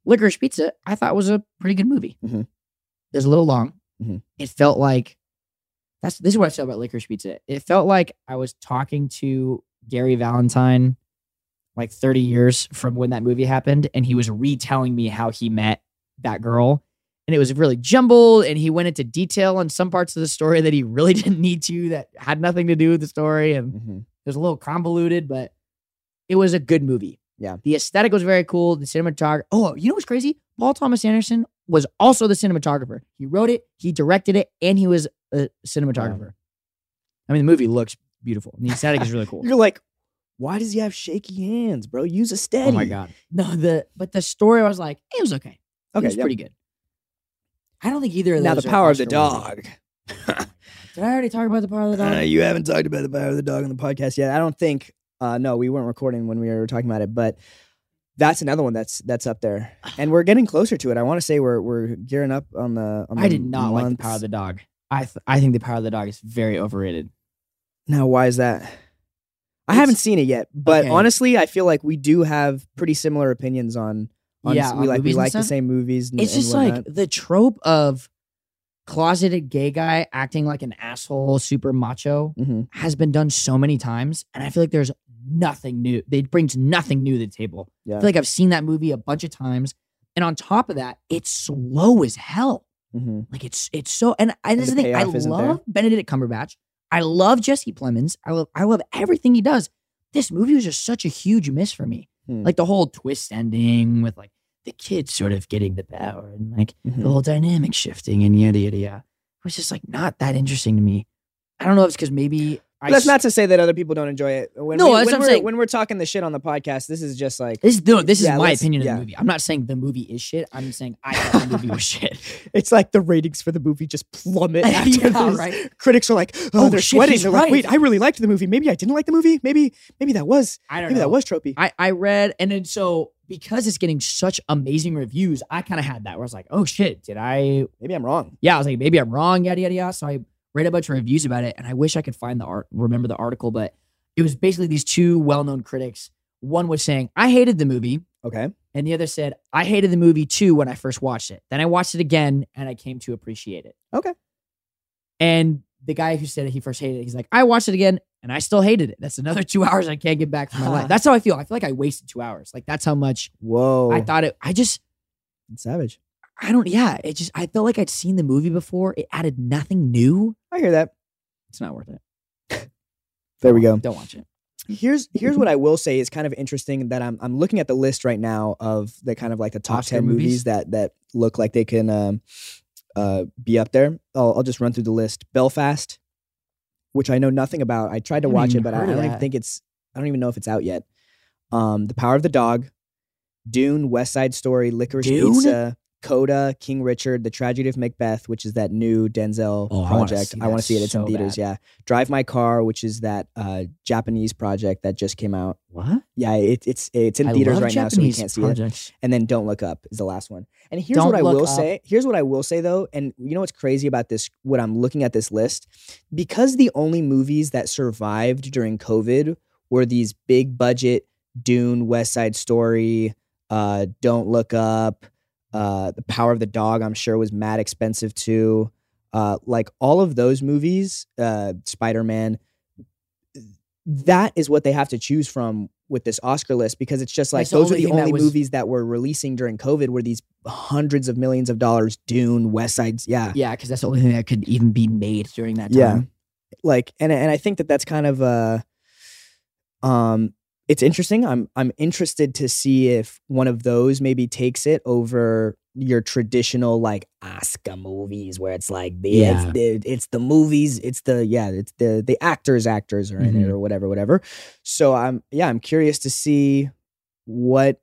Speaker 2: Licorice Pizza, I thought was a pretty good movie.
Speaker 1: Mhm.
Speaker 2: It was a little long.
Speaker 1: Mhm.
Speaker 2: It felt like that's this is what I felt about Licorice Pizza. It felt like I was talking to Gary Valentine like 30 years from when that movie happened, and he was retelling me how he met that girl. And it was really jumbled, and he went into detail on some parts of the story that he really didn't need to, that had nothing to do with the story. And
Speaker 1: Mhm.
Speaker 2: it was a little convoluted, but it was a good movie.
Speaker 1: Yeah.
Speaker 2: The aesthetic was very cool. The cinematographer. Oh, you know what's crazy? Paul Thomas Anderson was also the cinematographer. He wrote it, he directed it, and he was a cinematographer. I mean, the movie looks beautiful. And the aesthetic is really cool.
Speaker 1: You're like, why does he have shaky hands, bro? Use a steady.
Speaker 2: Oh my god. No, the but the story I was like, it was okay.
Speaker 1: Okay,
Speaker 2: it was
Speaker 1: yeah.
Speaker 2: pretty good. I don't think either of
Speaker 1: now
Speaker 2: those
Speaker 1: the
Speaker 2: are
Speaker 1: power of the
Speaker 2: Oscar-worthy.
Speaker 1: dog.
Speaker 2: Did I already talk about the power of the dog?
Speaker 1: Uh, you haven't talked about the power of the dog on the podcast yet. I don't think. Uh, no, we weren't recording when we were talking about it, but that's another one that's that's up there, and we're getting closer to it. I want to say we're we're gearing up on the. On the
Speaker 2: I did not like the power
Speaker 1: months.
Speaker 2: of the dog. I th- I think the power of the dog is very overrated.
Speaker 1: Now, why is that? I
Speaker 2: It's-
Speaker 1: haven't seen it yet, but
Speaker 2: Okay.
Speaker 1: honestly, I feel like we do have pretty similar opinions on. on
Speaker 2: Yeah,
Speaker 1: we
Speaker 2: on
Speaker 1: like
Speaker 2: movies
Speaker 1: we
Speaker 2: and
Speaker 1: like the
Speaker 2: stuff?
Speaker 1: same movies. And,
Speaker 2: It's
Speaker 1: and
Speaker 2: just like
Speaker 1: whatnot.
Speaker 2: the trope of closeted gay guy acting like an asshole, super macho,
Speaker 1: Mhm.
Speaker 2: has been done so many times. And I feel like there's nothing new. It brings nothing new to the table.
Speaker 1: Yeah.
Speaker 2: I feel like I've seen that movie a bunch of times. And on top of that, it's slow as hell.
Speaker 1: Mhm.
Speaker 2: Like it's it's so and, and this
Speaker 1: the
Speaker 2: is the thing. I
Speaker 1: payoff isn't there.
Speaker 2: love Benedict Cumberbatch. I love Jesse Plemons. I love I love everything he does. this movie was just such a huge miss for me.
Speaker 1: Hmm.
Speaker 2: Like the whole twist ending with like the kids sort of getting the power and like
Speaker 1: Mhm.
Speaker 2: the whole dynamic shifting and yada yada yada. It was just like not that interesting to me. I don't know if it's because maybe I
Speaker 1: But that's
Speaker 2: s-
Speaker 1: not to say that other people don't enjoy it. When
Speaker 2: No,
Speaker 1: we, when
Speaker 2: that's what I'm
Speaker 1: we're,
Speaker 2: saying.
Speaker 1: When we're talking the shit on the podcast, this is just like
Speaker 2: This no, this is
Speaker 1: Yeah,
Speaker 2: my
Speaker 1: let's-
Speaker 2: opinion of
Speaker 1: yeah.
Speaker 2: the movie. I'm not saying the movie is shit. I'm saying I thought the movie was shit.
Speaker 1: it's like the ratings for the movie just plummet after
Speaker 2: Yeah,
Speaker 1: this.
Speaker 2: right.
Speaker 1: Critics are like, oh,
Speaker 2: Oh,
Speaker 1: they're
Speaker 2: shit,
Speaker 1: sweating.
Speaker 2: he's
Speaker 1: They're like,
Speaker 2: right.
Speaker 1: wait, I really liked the movie. Maybe I didn't like the movie. Maybe maybe that was
Speaker 2: I don't
Speaker 1: maybe
Speaker 2: know.
Speaker 1: that was tropey.
Speaker 2: I, I read and then so because it's getting such amazing reviews, I kind of had that where I was like, oh shit, did I
Speaker 1: maybe I'm wrong.
Speaker 2: yeah, I was like, maybe I'm wrong, yada yada yada. So I read a bunch of reviews about it, and I wish I could find the art, remember the article, but it was basically these two well-known critics. One was saying I hated the movie,
Speaker 1: Okay.
Speaker 2: and the other said I hated the movie too when I first watched it. Then I watched it again, and I came to appreciate it.
Speaker 1: Okay.
Speaker 2: And the guy who said he first hated it, he's like, I watched it again, and I still hated it. That's another two hours I can't get back from my life. That's how I feel. I feel like I wasted two hours. Like that's how much
Speaker 1: Whoa.
Speaker 2: I thought it. I just
Speaker 1: savage.
Speaker 2: I don't. Yeah, it just. I felt like I'd seen the movie before. It added nothing new.
Speaker 1: I hear that.
Speaker 2: It's not worth it.
Speaker 1: There we go.
Speaker 2: Don't watch it.
Speaker 1: Here's here's
Speaker 2: Mm-hmm.
Speaker 1: what I will say is kind of interesting that I'm I'm looking at the list right now of the kind of like the top
Speaker 2: Oscar
Speaker 1: ten movies.
Speaker 2: movies?
Speaker 1: that that look like they can um, uh, be up there. I'll, I'll just run through the list. Belfast, which I know nothing about. I tried to
Speaker 2: Haven't
Speaker 1: watch it,
Speaker 2: even
Speaker 1: but I, I
Speaker 2: heard of
Speaker 1: don't even
Speaker 2: that.
Speaker 1: think it's I don't even know if it's out yet. Um, the Power of the Dog, Dune, West Side Story, Licorice
Speaker 2: Dune?
Speaker 1: Pizza, Coda, King Richard, The Tragedy of Macbeth, which is that new Denzel
Speaker 2: Oh, I wanna
Speaker 1: project.
Speaker 2: see
Speaker 1: I want
Speaker 2: that
Speaker 1: to see it. It's in
Speaker 2: so
Speaker 1: theaters.
Speaker 2: bad.
Speaker 1: Yeah. Drive My Car, which is that uh, Japanese project that just came out.
Speaker 2: What?
Speaker 1: Yeah, it, it's it's in theaters right now, so you can't see it.
Speaker 2: projects.
Speaker 1: And then Don't Look Up is the last one. And here's
Speaker 2: Don't
Speaker 1: what I
Speaker 2: Look
Speaker 1: will
Speaker 2: Up.
Speaker 1: say. Here's what I will say though, and you know what's crazy about this? What I'm looking at this list, because the only movies that survived during COVID were these big budget Dune, West Side Story, uh, Don't Look Up, uh, The Power of the Dog. I'm sure was mad expensive too. Uh, like all of those movies, uh, Spider Man. That is what they have to choose from with this Oscar list because it's just like
Speaker 2: That's the
Speaker 1: those are
Speaker 2: only
Speaker 1: the
Speaker 2: thing that
Speaker 1: only
Speaker 2: was-
Speaker 1: movies that were releasing during COVID were these hundreds of millions of dollars Dune, West Sides, yeah,
Speaker 2: Yeah, because that's the only thing that could even be made during that time.
Speaker 1: Yeah. like and and I think that that's kind of uh um it's interesting. I'm I'm interested to see if one of those maybe takes it over your traditional like Oscar movies where it's like the
Speaker 2: Yeah.
Speaker 1: it's, the it's the movies, it's the yeah, it's the the actors actors are in it
Speaker 2: Mhm.
Speaker 1: or whatever whatever. So I'm yeah, I'm curious to see what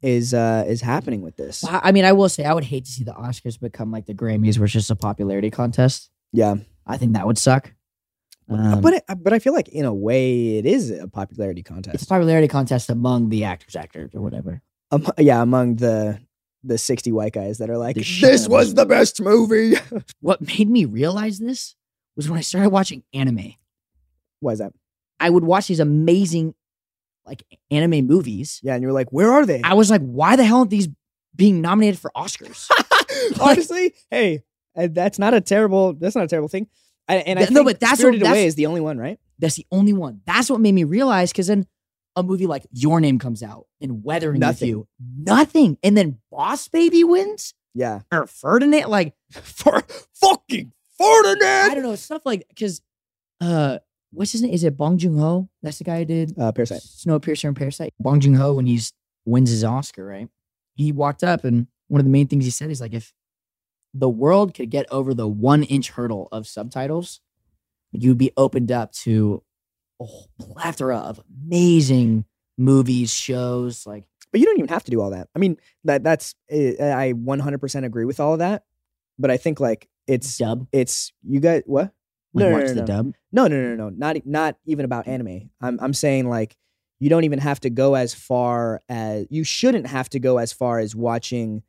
Speaker 1: is uh is happening with this.
Speaker 2: Well, I mean, I will say, I would hate to see the Oscars become like the Grammys, where it's just a popularity contest.
Speaker 1: Yeah.
Speaker 2: I think that would suck. Um,
Speaker 1: but I, but I feel like in a way it is a popularity
Speaker 2: it's a
Speaker 1: contest.
Speaker 2: popularity contest among the actors, actors, or whatever.
Speaker 1: Um, yeah, among the the sixty white guys that are like,
Speaker 2: The
Speaker 1: this
Speaker 2: shit.
Speaker 1: was the best movie.
Speaker 2: What made me realize this was when I started watching anime.
Speaker 1: Why is that?
Speaker 2: I would watch these amazing, like anime movies.
Speaker 1: Yeah, and you're like, where are they?
Speaker 2: I was like, why the hell aren't these being nominated for Oscars?
Speaker 1: Honestly, hey, uh, that's not a terrible. That's not a terrible thing. I, and I
Speaker 2: Th- no,
Speaker 1: think
Speaker 2: but that's what-
Speaker 1: Spirited
Speaker 2: that's-
Speaker 1: Away is the only one, right?
Speaker 2: That's the only one. That's what made me realize because then a movie like Your Name comes out and Weathering
Speaker 1: Nothing.
Speaker 2: with You, nothing, and then Boss Baby wins
Speaker 1: Yeah,
Speaker 2: or Ferdinand, like
Speaker 1: for fucking
Speaker 2: I
Speaker 1: Ferdinand.
Speaker 2: don't know stuff like because uh, what's his name? Is it Bong Joon Ho? That's the guy who did
Speaker 1: Uh, Parasite.
Speaker 2: Snowpiercer and Parasite. Bong Joon Ho when he's wins his Oscar, right? He walked up and one of the main things he said is like, if the world could get over the one inch hurdle of subtitles, you'd be opened up to a whole plethora of amazing movies, shows. Like,
Speaker 1: But you don't even have to do all that. I mean, that that's uh, I 100% agree with all of that. But I think like it's
Speaker 2: dub.
Speaker 1: it's you guys what?
Speaker 2: Like,
Speaker 1: No, no,
Speaker 2: watch
Speaker 1: no,
Speaker 2: the
Speaker 1: no.
Speaker 2: dub. Oh,
Speaker 1: No, no, no, no, no. Not e, not even about anime. I'm I'm saying like you don't even have to go as far as you shouldn't have to go as far as watching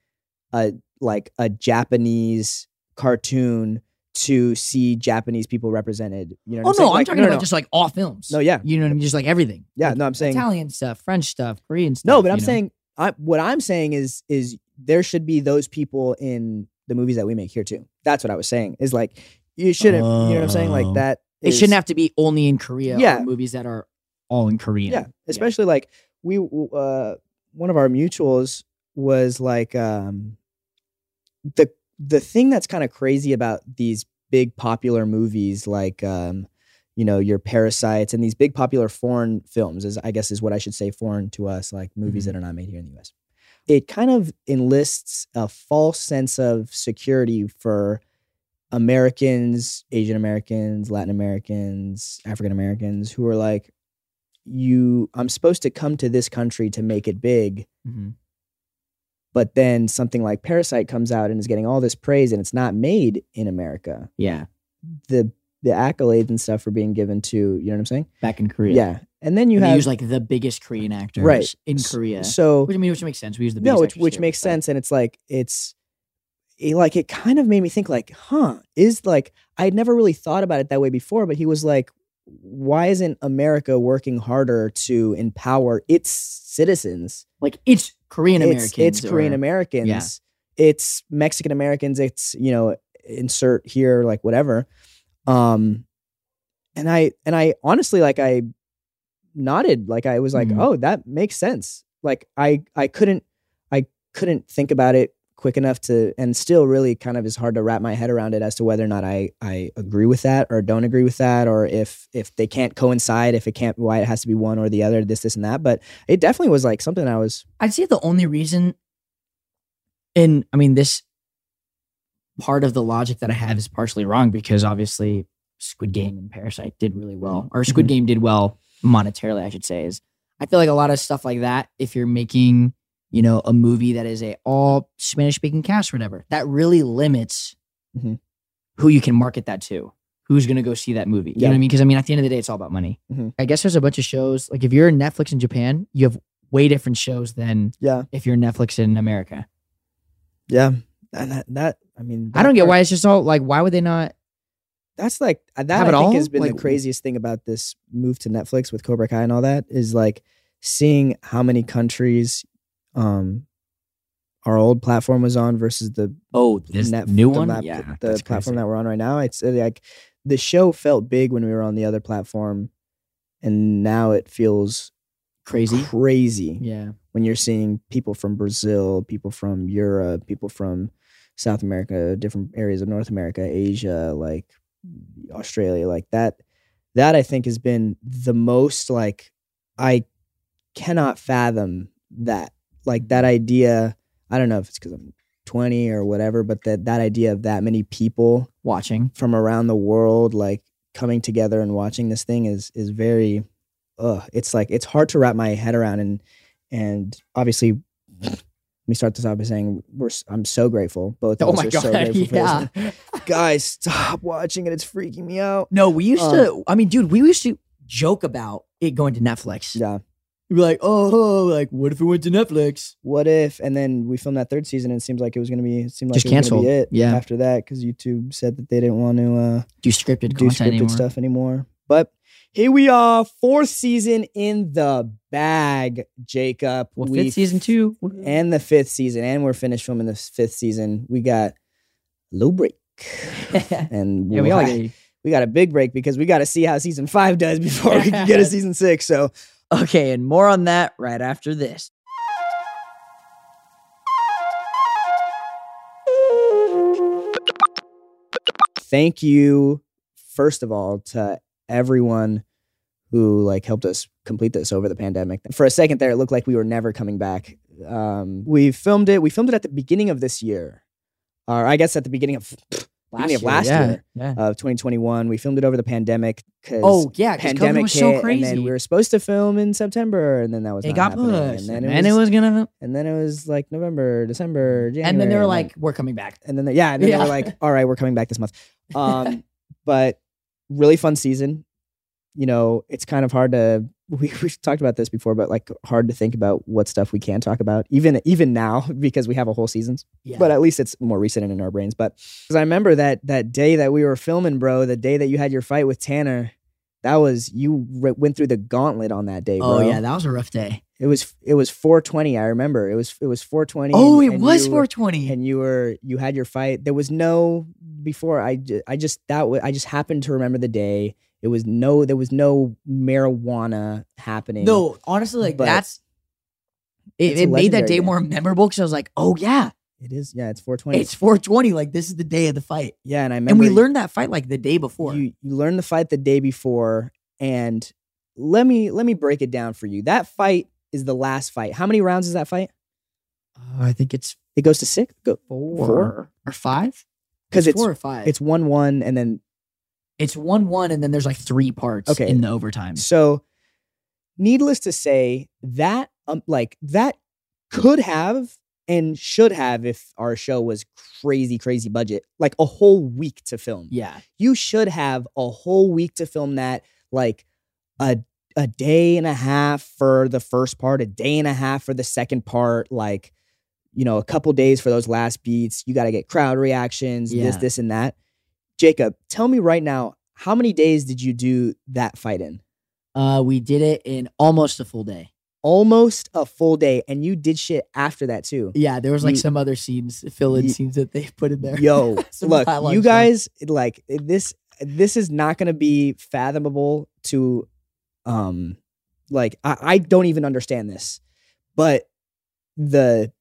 Speaker 1: a like a Japanese cartoon to see Japanese people represented. You know? what
Speaker 2: Oh,
Speaker 1: I'm
Speaker 2: no,
Speaker 1: saying?
Speaker 2: I'm
Speaker 1: Like,
Speaker 2: talking
Speaker 1: no, no,
Speaker 2: about
Speaker 1: no.
Speaker 2: just like all films.
Speaker 1: No, yeah.
Speaker 2: You know what I mean? Just like everything.
Speaker 1: Yeah,
Speaker 2: Like,
Speaker 1: no, I'm saying-
Speaker 2: Italian stuff, French stuff, Korean stuff.
Speaker 1: no, but
Speaker 2: you
Speaker 1: I'm
Speaker 2: know?
Speaker 1: saying I what I'm saying is is there should be those people in the movies that we make here too. That's what I was saying. Is like you shouldn't. You know what I'm saying? Like
Speaker 2: Oh.
Speaker 1: that.
Speaker 2: it
Speaker 1: is-
Speaker 2: shouldn't have to be only in Korea.
Speaker 1: Yeah.
Speaker 2: Yeah. movies that are all in Korean.
Speaker 1: Yeah, especially like we uh one of our mutuals was like um the the thing that's kind of crazy about these big popular movies like um you know your parasites and these big popular foreign films is i guess is what i should say foreign to us like movies
Speaker 2: Mhm.
Speaker 1: that are not made here in the us it kind of enlists a false sense of security for americans asian americans latin americans african americans who are like you i'm supposed to come to this country to make it big
Speaker 2: Mhm.
Speaker 1: but then something like parasite comes out and is getting all this praise and it's not made in america
Speaker 2: Yeah.
Speaker 1: the the accolades and stuff are being given to you know what i'm saying
Speaker 2: Back in Korea.
Speaker 1: yeah and then you
Speaker 2: And they
Speaker 1: have
Speaker 2: use like the biggest Korean actors
Speaker 1: Right.
Speaker 2: in
Speaker 1: S-
Speaker 2: Korea.
Speaker 1: so
Speaker 2: which I mean, which makes sense. We use the
Speaker 1: no
Speaker 2: biggest
Speaker 1: which,
Speaker 2: actors
Speaker 1: which
Speaker 2: here,
Speaker 1: makes
Speaker 2: but-
Speaker 1: sense and it's like it's it, like it kind of made me think like huh is like i had never really thought about it that way before but he was like why isn't america working harder to empower its citizens
Speaker 2: Like it's Korean
Speaker 1: It's-
Speaker 2: Americans.
Speaker 1: It's, Korean
Speaker 2: or-
Speaker 1: Americans. It's Mexican Americans. It's you know insert here like whatever. Um, and I and I honestly like I nodded like I was like
Speaker 2: Mhm.
Speaker 1: oh that makes sense. Like I I couldn't I couldn't think about it quick enough to and still really kind of is hard to wrap my head around it as to whether or not I I agree with that or don't agree with that or if if they can't coincide if it can't why it has to be one or the other this this and that but it definitely was like something I was
Speaker 2: I'd say the only reason, and I mean, this part of the logic that I have is partially wrong because obviously Squid Game and Parasite did really well, or Squid
Speaker 1: Mhm.
Speaker 2: Game did well monetarily, I should say. Is I feel like a lot of stuff like that, if you're making, you know, a movie that is a all Spanish speaking cast or whatever, that really limits
Speaker 1: Mhm.
Speaker 2: who you can market that to. Who's gonna go see that movie? You know
Speaker 1: Yeah.
Speaker 2: what I mean? Because I mean, at the end of the day, it's all about money.
Speaker 1: Mhm.
Speaker 2: I guess there's a bunch of shows. Like if you're in Netflix in Japan, you have way different shows than
Speaker 1: yeah
Speaker 2: if you're Netflix in America.
Speaker 1: Yeah, and that, that I mean,
Speaker 2: I
Speaker 1: that
Speaker 2: don't get
Speaker 1: part-
Speaker 2: why it's just all like why would they not?
Speaker 1: That's like that.
Speaker 2: Have
Speaker 1: I
Speaker 2: it
Speaker 1: think
Speaker 2: all?
Speaker 1: has been
Speaker 2: Like-
Speaker 1: the craziest thing about this move to Netflix with Cobra Kai and all that is like seeing how many countries, um, our old platform was on versus the
Speaker 2: Oh, this
Speaker 1: Netf-
Speaker 2: new
Speaker 1: the
Speaker 2: one,
Speaker 1: lap-
Speaker 2: yeah,
Speaker 1: the
Speaker 2: that's
Speaker 1: platform
Speaker 2: crazy.
Speaker 1: that we're on right now. It's uh, like the show felt big when we were on the other platform, and now it feels
Speaker 2: crazy.
Speaker 1: crazy
Speaker 2: Yeah,
Speaker 1: when you're seeing people from Brazil, people from Europe, people from South America, different areas of North America, Asia, like Australia, like that. That I think has been the most like I cannot fathom that like that idea. I don't know if it's because I'm 20 or whatever, but that that idea of that many people
Speaker 2: watching.
Speaker 1: from around the world like coming together and watching this thing is is very uh it's like it's hard to wrap my head around and and obviously let me start this off by saying we're s- I'm so grateful both of
Speaker 2: Oh
Speaker 1: us
Speaker 2: my
Speaker 1: are
Speaker 2: god,
Speaker 1: so grateful
Speaker 2: yeah.
Speaker 1: for this. guys stop watching it it's freaking me out
Speaker 2: No, we used
Speaker 1: Um,
Speaker 2: to. I mean, dude, we used to joke about it going to Netflix.
Speaker 1: yeah
Speaker 2: We'd be like, oh, like what if it went to Netflix?
Speaker 1: what if and then we filmed that third season and it seemed like it was gonna be it seemed like
Speaker 2: Just
Speaker 1: it was gonna
Speaker 2: canceled.
Speaker 1: be it
Speaker 2: Yeah.
Speaker 1: after that because YouTube said that they didn't want to uh
Speaker 2: Do scripted
Speaker 1: do
Speaker 2: content
Speaker 1: scripted
Speaker 2: anymore?
Speaker 1: stuff anymore. But here we are, fourth season in the bag, Jacob.
Speaker 2: Well,
Speaker 1: We-
Speaker 2: fifth season two.
Speaker 1: and the fifth season, and we're finished filming the fifth season. We got low break,
Speaker 2: yeah,
Speaker 1: and
Speaker 2: we all
Speaker 1: we'll-
Speaker 2: get
Speaker 1: we got a big break because we got to see how season five does before we can get a season six. So
Speaker 2: okay, and more on that right after this.
Speaker 1: thank you first of all to everyone who like helped us complete this over the pandemic for a second there it looked like we were never coming back um, we filmed it we filmed it at the beginning of this year or i guess at the beginning of Beginning of last
Speaker 2: yeah,
Speaker 1: year. uh,
Speaker 2: yeah.
Speaker 1: of 2021 we filmed it over the pandemic because
Speaker 2: Oh yeah, 'cause COVID
Speaker 1: pandemic
Speaker 2: was so
Speaker 1: hit,
Speaker 2: crazy.
Speaker 1: and then we were supposed to film in september and then that was
Speaker 2: it
Speaker 1: not
Speaker 2: got
Speaker 1: happening,
Speaker 2: pushed,
Speaker 1: and then,
Speaker 2: and
Speaker 1: it was,
Speaker 2: gonna.
Speaker 1: and then it was like november december january
Speaker 2: And then they were like, "We're coming back."
Speaker 1: and then they, yeah, and then they
Speaker 2: Yeah.
Speaker 1: were like, "All right, we're coming back this month." Um, but really fun season. You know, it's kind of hard to we we've talked about this before, but like hard to think about what stuff we can talk about, even even now because we have a whole seasons.
Speaker 2: Yeah.
Speaker 1: But at least it's more recent and in our brains. But because I remember that that day that we were filming, bro, the day that you had your fight with Tanner. That was you re- went through the gauntlet on that day, bro.
Speaker 2: oh yeah, that was a rough day.
Speaker 1: it was it was 420. I remember it was it was 420.
Speaker 2: Oh,
Speaker 1: and-
Speaker 2: it
Speaker 1: and
Speaker 2: was
Speaker 1: you were-
Speaker 2: 420.
Speaker 1: and you were you had your fight there was no before i ju- i just that wa- i just happened to remember the day it was no there was no marijuana happening
Speaker 2: No, honestly, like
Speaker 1: But
Speaker 2: that's it,
Speaker 1: it's a
Speaker 2: it made that
Speaker 1: legendary
Speaker 2: day
Speaker 1: day.
Speaker 2: more memorable because I was like, oh yeah,
Speaker 1: It is. Yeah, it's 420.
Speaker 2: It's 420. Like this is the day of the fight,
Speaker 1: yeah, and I remember
Speaker 2: and we learned that fight like the day before.
Speaker 1: You, you learned the fight the day before, and let me let me break it down for you. That fight is the last fight. How many rounds is that fight?
Speaker 2: Uh, I think it's
Speaker 1: It goes to six. Go
Speaker 2: four,
Speaker 1: Four?
Speaker 2: or five.
Speaker 1: because it's
Speaker 2: four or five.
Speaker 1: it's one one, and then
Speaker 2: it's one one, and then there's like three parts
Speaker 1: Okay.
Speaker 2: in the overtime.
Speaker 1: so. Needless to say, that um, like that could have and should have if our show was crazy crazy budget, like a whole week to film.
Speaker 2: Yeah,
Speaker 1: you should have a whole week to film that like a a day and a half for the first part a day and a half for the second part like you know a couple days for those last beats you got to get crowd reactions this
Speaker 2: Yeah.
Speaker 1: this and that jacob tell me right now how many days did you do that fight in
Speaker 2: uh, we did it in almost a full day.
Speaker 1: almost a full day and you did shit after that too
Speaker 2: Yeah, there was like
Speaker 1: You-
Speaker 2: some other scenes, fill in
Speaker 1: Ye-
Speaker 2: scenes that they put in there.
Speaker 1: Yo,
Speaker 2: Some
Speaker 1: look,
Speaker 2: dialogue
Speaker 1: you
Speaker 2: stuff.
Speaker 1: guys like this. This is not going to be fathomable to, um, like I, I don't even understand this, but the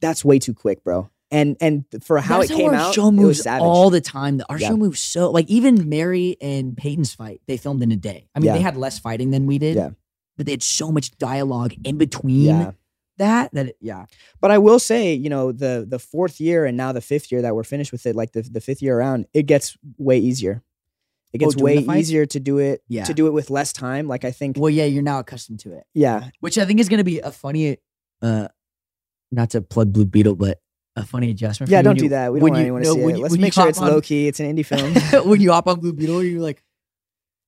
Speaker 1: that's way too quick, bro. And and for how
Speaker 2: That's
Speaker 1: it came
Speaker 2: our
Speaker 1: out,
Speaker 2: show
Speaker 1: it was
Speaker 2: moves
Speaker 1: savage.
Speaker 2: all the time. Our
Speaker 1: Yeah.
Speaker 2: show moves so like even Mary and Peyton's fight, they filmed in a day. I mean,
Speaker 1: Yeah.
Speaker 2: they had less fighting than we did,
Speaker 1: Yeah.
Speaker 2: but they had so much dialogue in between
Speaker 1: yeah.
Speaker 2: that that it, yeah,
Speaker 1: But I will say, you know, the the fourth year and now the fifth year that we're finished with it, like the the fifth year around, it gets way easier. It
Speaker 2: Oh,
Speaker 1: gets
Speaker 2: doing
Speaker 1: way
Speaker 2: the fights?
Speaker 1: easier to do it
Speaker 2: Yeah.
Speaker 1: to do it with less time. Like I think,
Speaker 2: Well, yeah, you're now accustomed to it,
Speaker 1: yeah,
Speaker 2: which I think is going to be a funny, uh, not to plug Blue Beetle, but a funny adjustment. for
Speaker 1: Yeah,
Speaker 2: you
Speaker 1: don't
Speaker 2: when
Speaker 1: do
Speaker 2: you-
Speaker 1: that. We
Speaker 2: when
Speaker 1: don't want
Speaker 2: you-
Speaker 1: anyone to
Speaker 2: no,
Speaker 1: see
Speaker 2: when
Speaker 1: it.
Speaker 2: you-
Speaker 1: Let's
Speaker 2: when you
Speaker 1: make sure
Speaker 2: hop
Speaker 1: it's
Speaker 2: on-
Speaker 1: low key. It's an indie film.
Speaker 2: when you hop on Blue Beetle, you're like,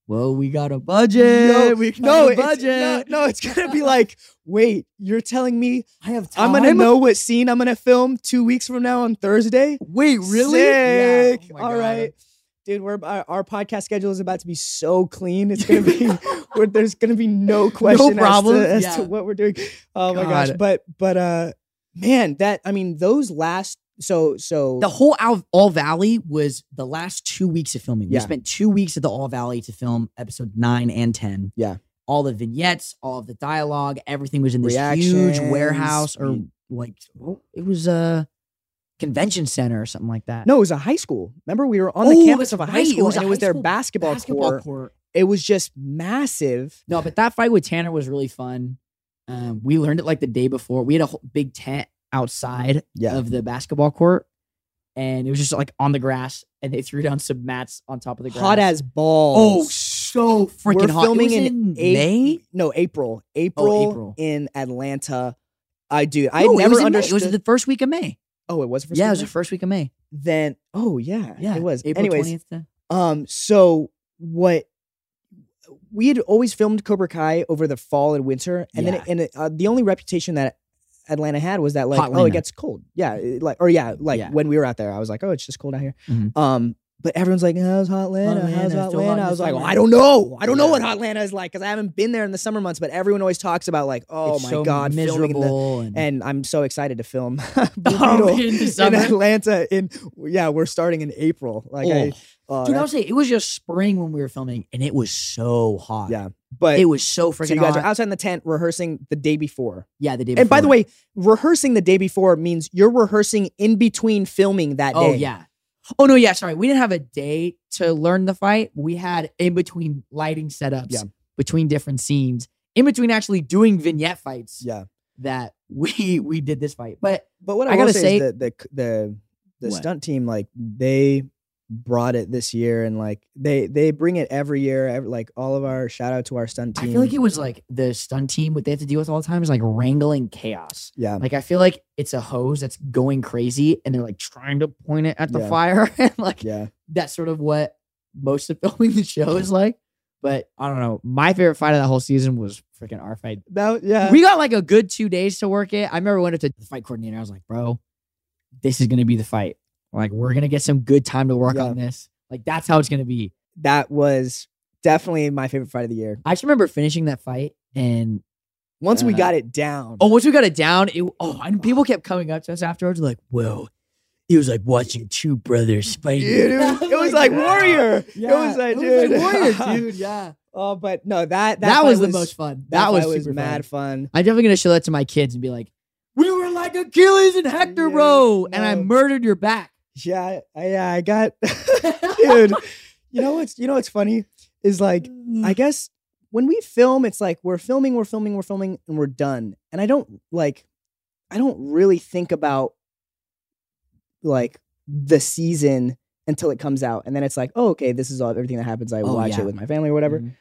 Speaker 2: "Well, we got a budget. we got
Speaker 1: no,
Speaker 2: a
Speaker 1: it's-
Speaker 2: budget.
Speaker 1: no, no, it's gonna be like, wait, you're telling me
Speaker 2: I have
Speaker 1: I'm
Speaker 2: time.
Speaker 1: gonna know what scene I'm gonna film two weeks from now on Thursday?
Speaker 2: Wait, really?
Speaker 1: Sick.
Speaker 2: Yeah. Oh my
Speaker 1: All
Speaker 2: God.
Speaker 1: right. Dude, we're our, our podcast schedule is about to be so clean. It's gonna be where there's gonna be no question
Speaker 2: problem.
Speaker 1: as, to, as
Speaker 2: Yeah.
Speaker 1: to what we're doing. Oh my gosh!
Speaker 2: God.
Speaker 1: But but uh, man, that I mean, those last so so
Speaker 2: The whole All, All Valley was the last two weeks of filming.
Speaker 1: Yeah.
Speaker 2: We spent two weeks at the All Valley to film episode nine and ten.
Speaker 1: Yeah.
Speaker 2: All the vignettes, all of the dialogue, everything was in this huge
Speaker 1: Reactions. mm.
Speaker 2: warehouse or
Speaker 1: We-
Speaker 2: like it was a convention center or something like that.
Speaker 1: No, it was a high school. Remember, we were on the
Speaker 2: Oh,
Speaker 1: campus of
Speaker 2: that's
Speaker 1: a high
Speaker 2: right. It
Speaker 1: school,
Speaker 2: was a
Speaker 1: and it was
Speaker 2: high
Speaker 1: their
Speaker 2: school
Speaker 1: basketball,
Speaker 2: basketball
Speaker 1: court.
Speaker 2: court.
Speaker 1: It was just massive.
Speaker 2: No, but that fight with Tanner was really fun. Um, we learned it like the day before. We had a whole big tent outside
Speaker 1: Yeah.
Speaker 2: of the basketball court, and it was just like on the grass, and they threw down some mats on top of the grass.
Speaker 1: Hot as
Speaker 2: oh,
Speaker 1: balls.
Speaker 2: so freaking
Speaker 1: We're
Speaker 2: hot! It
Speaker 1: filming
Speaker 2: was
Speaker 1: in,
Speaker 2: in May. Oh,
Speaker 1: April. No, April. April,
Speaker 2: April.
Speaker 1: in Atlanta. I do. I
Speaker 2: No, it
Speaker 1: never
Speaker 2: was in May.
Speaker 1: understood.
Speaker 2: It was the first week of May.
Speaker 1: oh, it was the first.
Speaker 2: yeah, it
Speaker 1: week
Speaker 2: was the
Speaker 1: then?
Speaker 2: first week of May.
Speaker 1: then. Oh yeah,
Speaker 2: Yeah,
Speaker 1: it was.
Speaker 2: April uh,
Speaker 1: Anyways,
Speaker 2: 20th to-
Speaker 1: um, so what? We had always filmed Cobra Kai over the fall and winter, and
Speaker 2: Yeah.
Speaker 1: then it, and it, uh, the only reputation that Atlanta had was that like,
Speaker 2: Hot
Speaker 1: oh,
Speaker 2: Atlanta.
Speaker 1: it gets cold. Yeah, it- like or yeah, like
Speaker 2: Yeah.
Speaker 1: when we were out there, I was like, oh, it's just cold out here.
Speaker 2: Mhm.
Speaker 1: Um, but everyone's like, how's Hot Atlanta?
Speaker 2: Atlanta,
Speaker 1: how's
Speaker 2: it's
Speaker 1: Hot
Speaker 2: so hot in
Speaker 1: Atlanta?
Speaker 2: the
Speaker 1: I was like, well,
Speaker 2: summer.
Speaker 1: I don't know. I don't know
Speaker 2: Yeah.
Speaker 1: what Hot Atlanta is like because I haven't been there in the summer months. But everyone always talks about like, oh
Speaker 2: It's
Speaker 1: my
Speaker 2: so
Speaker 1: god, filming in the-
Speaker 2: miserable and,
Speaker 1: and I'm so excited to film
Speaker 2: Oh,
Speaker 1: Beetle
Speaker 2: in the
Speaker 1: in
Speaker 2: summer.
Speaker 1: Atlanta. In yeah, we're starting in April. Like, I, oh,
Speaker 2: Dude,
Speaker 1: that-
Speaker 2: I was saying it was just spring when we were filming, and it was so hot.
Speaker 1: Yeah, but
Speaker 2: it was so freaking
Speaker 1: so you guys
Speaker 2: hot.
Speaker 1: are outside in the tent rehearsing the day before.
Speaker 2: yeah, the day.
Speaker 1: And by
Speaker 2: before.
Speaker 1: the way, rehearsing the day before means you're rehearsing in between filming that
Speaker 2: Oh
Speaker 1: day.
Speaker 2: yeah. Oh no, yeah. Sorry, we didn't have a day to learn the fight. We had in between lighting setups,
Speaker 1: Yeah.
Speaker 2: between different scenes, in between actually doing vignette fights.
Speaker 1: Yeah.
Speaker 2: That we we did this fight, but
Speaker 1: But what I,
Speaker 2: I
Speaker 1: gotta
Speaker 2: gotta
Speaker 1: say,
Speaker 2: say-
Speaker 1: is the the the, the
Speaker 2: What?
Speaker 1: stunt team, like they brought it this year, and like they they bring it every year. Every, like all of our shout out to our stunt
Speaker 2: I
Speaker 1: team.
Speaker 2: feel like it was like the stunt team. What they have to deal with all the time is like wrangling chaos.
Speaker 1: yeah,
Speaker 2: Like I feel like it's a hose that's going crazy, and they're like trying to point it at the
Speaker 1: Yeah.
Speaker 2: fire, and like
Speaker 1: yeah.
Speaker 2: that's sort of what most of filming the show is like. But I don't know. My favorite fight of the whole season was freaking our fight
Speaker 1: That yeah.
Speaker 2: we got like a good two days to work it. I remember when up to the fight coordinator. I was like, bro, this is gonna be the fight. Like, we're gonna get some good time to work
Speaker 1: Yeah.
Speaker 2: on this. Like, that's how it's gonna be.
Speaker 1: that was definitely my favorite fight of the year.
Speaker 2: I just remember finishing that fight and
Speaker 1: Once we
Speaker 2: Uh,
Speaker 1: got it down.
Speaker 2: oh, once we got it down, it oh, and people kept coming up to us afterwards, like, whoa. It was like watching two brothers fight. Oh
Speaker 1: Dude, it was, it was like warrior. it was like, dude.
Speaker 2: warrior, dude. Yeah, that,
Speaker 1: oh, but no, that that,
Speaker 2: was,
Speaker 1: fight
Speaker 2: the most fun.
Speaker 1: That,
Speaker 2: That, was,
Speaker 1: fight was
Speaker 2: super fun.
Speaker 1: mad fun.
Speaker 2: I'm definitely gonna show that to my kids and be like, we were like like Achilles and Hector,
Speaker 1: Yeah,
Speaker 2: bro, and I
Speaker 1: no.
Speaker 2: murdered your back.
Speaker 1: Yeah, I- I, yeah, I got, dude. You know what's you know what's funny is like
Speaker 2: Mm.
Speaker 1: I guess when we film, it's like we're filming, we're filming, we're filming, and we're done. And I don't like, I don't really think about like the season until it comes out, and then it's like, oh, okay, this is all everything that happens. I
Speaker 2: Oh,
Speaker 1: watch
Speaker 2: yeah.
Speaker 1: it with my family or whatever.
Speaker 2: Mhm.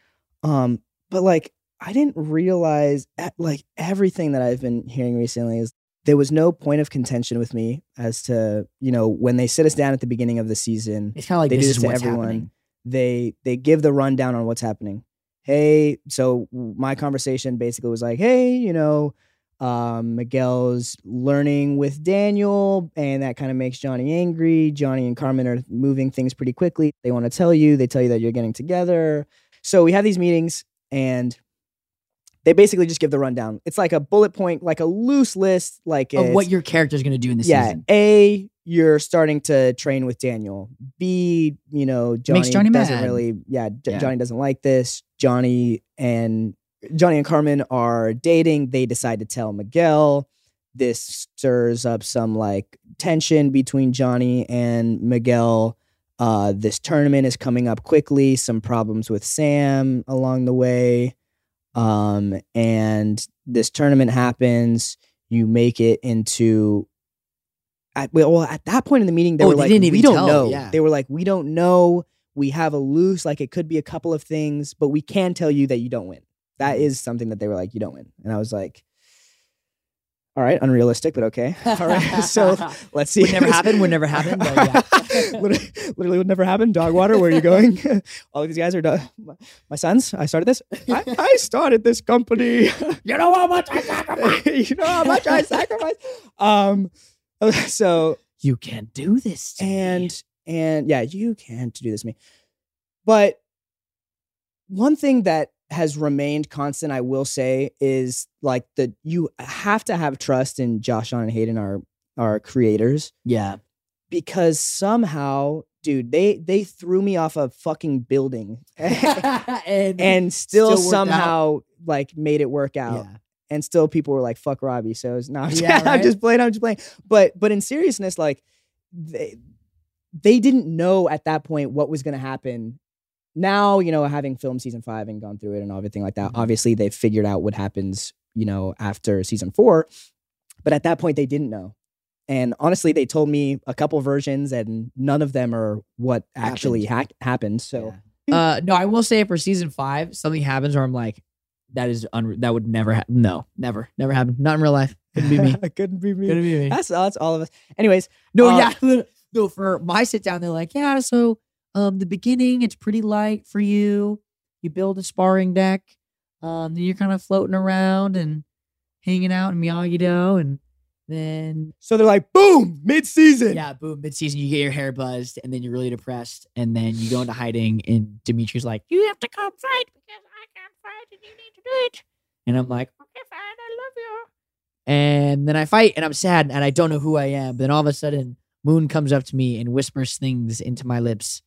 Speaker 1: Um, but like I didn't realize at, like everything that I've been hearing recently is there was no point of contention with me as to you know when they sit us down at the beginning of the season
Speaker 2: It's kind of like
Speaker 1: They do
Speaker 2: this
Speaker 1: this
Speaker 2: is
Speaker 1: to
Speaker 2: what's
Speaker 1: everyone.
Speaker 2: happening.
Speaker 1: they they give the rundown on what's happening. Hey, so my conversation basically was like, hey, you know, um, Miguel's learning with Daniel, and that kind of makes Johnny angry. Johnny and Carmen are moving things pretty quickly. They want to tell you. They tell you that you're getting together. So we have these meetings, and they basically just give the rundown. It's like a bullet point, like a loose list, like
Speaker 2: Of
Speaker 1: it's-
Speaker 2: what your character's going to do in this
Speaker 1: yeah,
Speaker 2: season.
Speaker 1: A, you're starting to train with Daniel. B, you know, Johnny,
Speaker 2: Makes Johnny
Speaker 1: doesn't
Speaker 2: mad.
Speaker 1: really, yeah, J-
Speaker 2: Yeah.
Speaker 1: Johnny doesn't like this. Johnny and Johnny and Carmen are dating. They decide to tell Miguel. This stirs up some like tension between Johnny and Miguel. Uh, this tournament is coming up quickly. Some problems with Sam along the way. Um, and this tournament happens. You make it into. At, well, at that point in the meeting, they
Speaker 2: Oh,
Speaker 1: were
Speaker 2: they
Speaker 1: like,
Speaker 2: didn't even
Speaker 1: "We don't
Speaker 2: tell,
Speaker 1: know."
Speaker 2: yeah.
Speaker 1: They were like, "We don't know." We have a loose, like it could be a couple of things, but we can tell you that you don't win.
Speaker 2: Hmm.
Speaker 1: That is something that they were like, "You don't win," and I was like, "All right, unrealistic, but okay." All right, so let's see.
Speaker 2: would never happen. Would never happen. But yeah.
Speaker 1: literally, literally would never happen. Dog water, where are you going? All of these guys are do- my, my sons. I started this. I, I started this company. you know how much I sacrificed. you know how much I sacrificed. Um, so
Speaker 2: you can't do this. to me.
Speaker 1: and and yeah, you can't do this to me. But one thing that has remained constant, I will say, is like that you have to have trust in Josh and Hayden, our our creators
Speaker 2: yeah,
Speaker 1: because somehow, dude, they they threw me off a fucking building
Speaker 2: and,
Speaker 1: and still,
Speaker 2: Still worked
Speaker 1: somehow like made it work
Speaker 2: yeah.
Speaker 1: out. And still people were like, "Fuck Robbie." So it's not.
Speaker 2: Yeah,
Speaker 1: I'm
Speaker 2: right?
Speaker 1: just playing. I'm just playing. But but in seriousness, like they they didn't know at that point what was going to happen. Now you know, having filmed season five and gone through it and everything like that,
Speaker 2: Mhm.
Speaker 1: obviously they figured out what happens. You know, after season four, but at that point they didn't know. And honestly, they told me a couple versions, and none of them are what actually ha- happened. So
Speaker 2: Yeah. Uh, no, I will say for season five, something happens where I'm like, that is unre- that would never happen. No, never, never happen. Not in real life. Couldn't be me.
Speaker 1: Couldn't be me.
Speaker 2: Couldn't be me.
Speaker 1: That's, that's all of us. Anyways,
Speaker 2: No,
Speaker 1: Uh,
Speaker 2: yeah. No, for my sit down, they're like, yeah. So, um, the beginning, it's pretty light for you. You build a sparring deck. Um, then you're kind of floating around and hanging out in Miyagi Do, and then
Speaker 1: so they're like, boom, mid season.
Speaker 2: Yeah, boom, mid-season you get your hair buzzed, and then you're really depressed, and then you go into hiding, and Dimitri's like, "You have to come fight because I can't fight, and you need to do it." And I'm like, "Okay, fine, I love you." And then I fight, and I'm sad, and I don't know who I am. But then all of a sudden, Moon comes up to me and whispers things into my lips,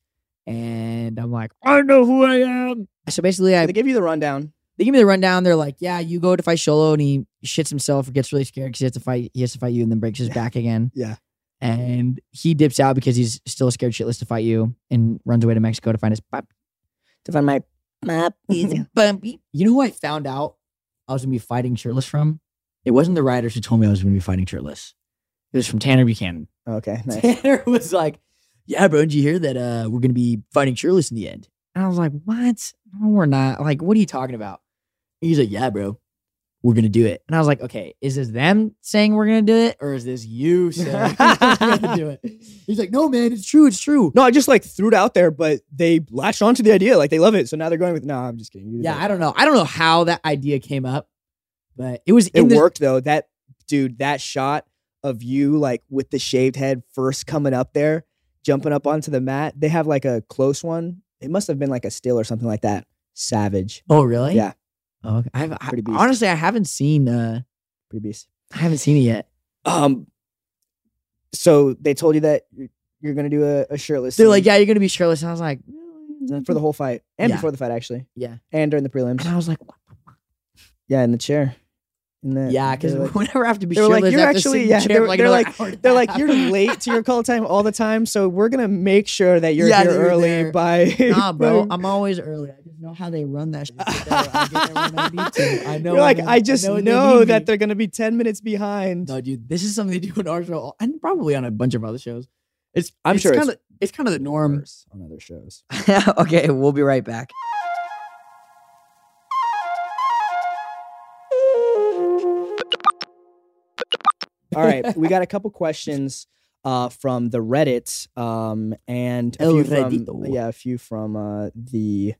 Speaker 2: and I'm like, "I know who I am." So basically, I
Speaker 1: They give you the rundown.
Speaker 2: they give me the rundown. They're like, "Yeah, you go to fight Sholo, and he shits himself or gets really scared because he has to fight. He has to fight you, and then breaks his back again.
Speaker 1: Yeah.
Speaker 2: and he dips out because he's still scared shitless to fight you, and runs away to Mexico to find his pop.
Speaker 1: To find my map.
Speaker 2: Bumpy. You know who I found out I was gonna be fighting shirtless from? It wasn't the writers who told me I was gonna be fighting shirtless. It was from Tanner Buchanan.
Speaker 1: okay, nice.
Speaker 2: Tanner was like, "Yeah, bro, did you hear that? Uh, we're gonna be fighting shirtless in the end." And I was like, "What? No, we're not. Like, what are you talking about?" And he's like, "Yeah, bro, we're gonna do it." And I was like, "Okay, is this them saying we're gonna do it, or is this you saying we're gonna do it?" He's like, "No, man, it's true. It's true."
Speaker 1: No, I just like threw it out there, but they latched onto the idea. Like they love it. So now they're going with, no, I'm just kidding. You did
Speaker 2: Yeah,
Speaker 1: that.
Speaker 2: I don't know. I don't know how that idea came up, but it was in
Speaker 1: it
Speaker 2: the-
Speaker 1: worked though. That dude, that shot of you like with the shaved head first coming up there, jumping up onto the mat. They have like a close one. It must have been like a still or something like that. Savage.
Speaker 2: Oh, really?
Speaker 1: Yeah.
Speaker 2: Oh, okay. I've, I,
Speaker 1: Pretty beast.
Speaker 2: honestly, I haven't seen. uh
Speaker 1: Pretty beast.
Speaker 2: I haven't seen it yet.
Speaker 1: Um, so they told you that you're, you're going to do a, a shirtless.
Speaker 2: They're
Speaker 1: scene
Speaker 2: like, "Yeah, you're gonna be shirtless." And I was like, "Really? Is that
Speaker 1: For the whole fight and
Speaker 2: Yeah.
Speaker 1: before the fight, actually.
Speaker 2: Yeah.
Speaker 1: And during the
Speaker 2: And
Speaker 1: prelims.
Speaker 2: I was like,
Speaker 1: Yeah, in the chair. And then
Speaker 2: Yeah, because
Speaker 1: they're like-
Speaker 2: whenever I have to be
Speaker 1: they were
Speaker 2: shirtless,
Speaker 1: like,
Speaker 2: I
Speaker 1: "You're
Speaker 2: have to sit
Speaker 1: actually-
Speaker 2: in
Speaker 1: yeah,
Speaker 2: the
Speaker 1: they
Speaker 2: chair for,
Speaker 1: were-
Speaker 2: like
Speaker 1: they're
Speaker 2: another
Speaker 1: like-
Speaker 2: hour and a
Speaker 1: they're like,
Speaker 2: half.
Speaker 1: you're late to your call time all the time, so we're gonna make sure that you're
Speaker 2: Yeah,
Speaker 1: here
Speaker 2: that you're
Speaker 1: early
Speaker 2: there."
Speaker 1: by.
Speaker 2: Nah, bro,
Speaker 1: by-
Speaker 2: I'm always early. I just know how they run that shit. So I get there when I need to. I know.
Speaker 1: You're like,
Speaker 2: when they-
Speaker 1: I just
Speaker 2: know
Speaker 1: know,
Speaker 2: when they need
Speaker 1: that
Speaker 2: me."
Speaker 1: they're gonna be ten minutes behind.
Speaker 2: No, dude, this is something they do in our show and probably on a bunch of other shows. It's
Speaker 1: I'm
Speaker 2: it's
Speaker 1: sure it's
Speaker 2: kind of it's kind of the norm.
Speaker 1: Worse on other shows.
Speaker 3: okay, we'll be right back.
Speaker 1: All right, we got a couple questions uh, from the Reddit, um, and a
Speaker 2: El
Speaker 1: few from,
Speaker 2: Reddito.
Speaker 1: yeah, a few from uh, the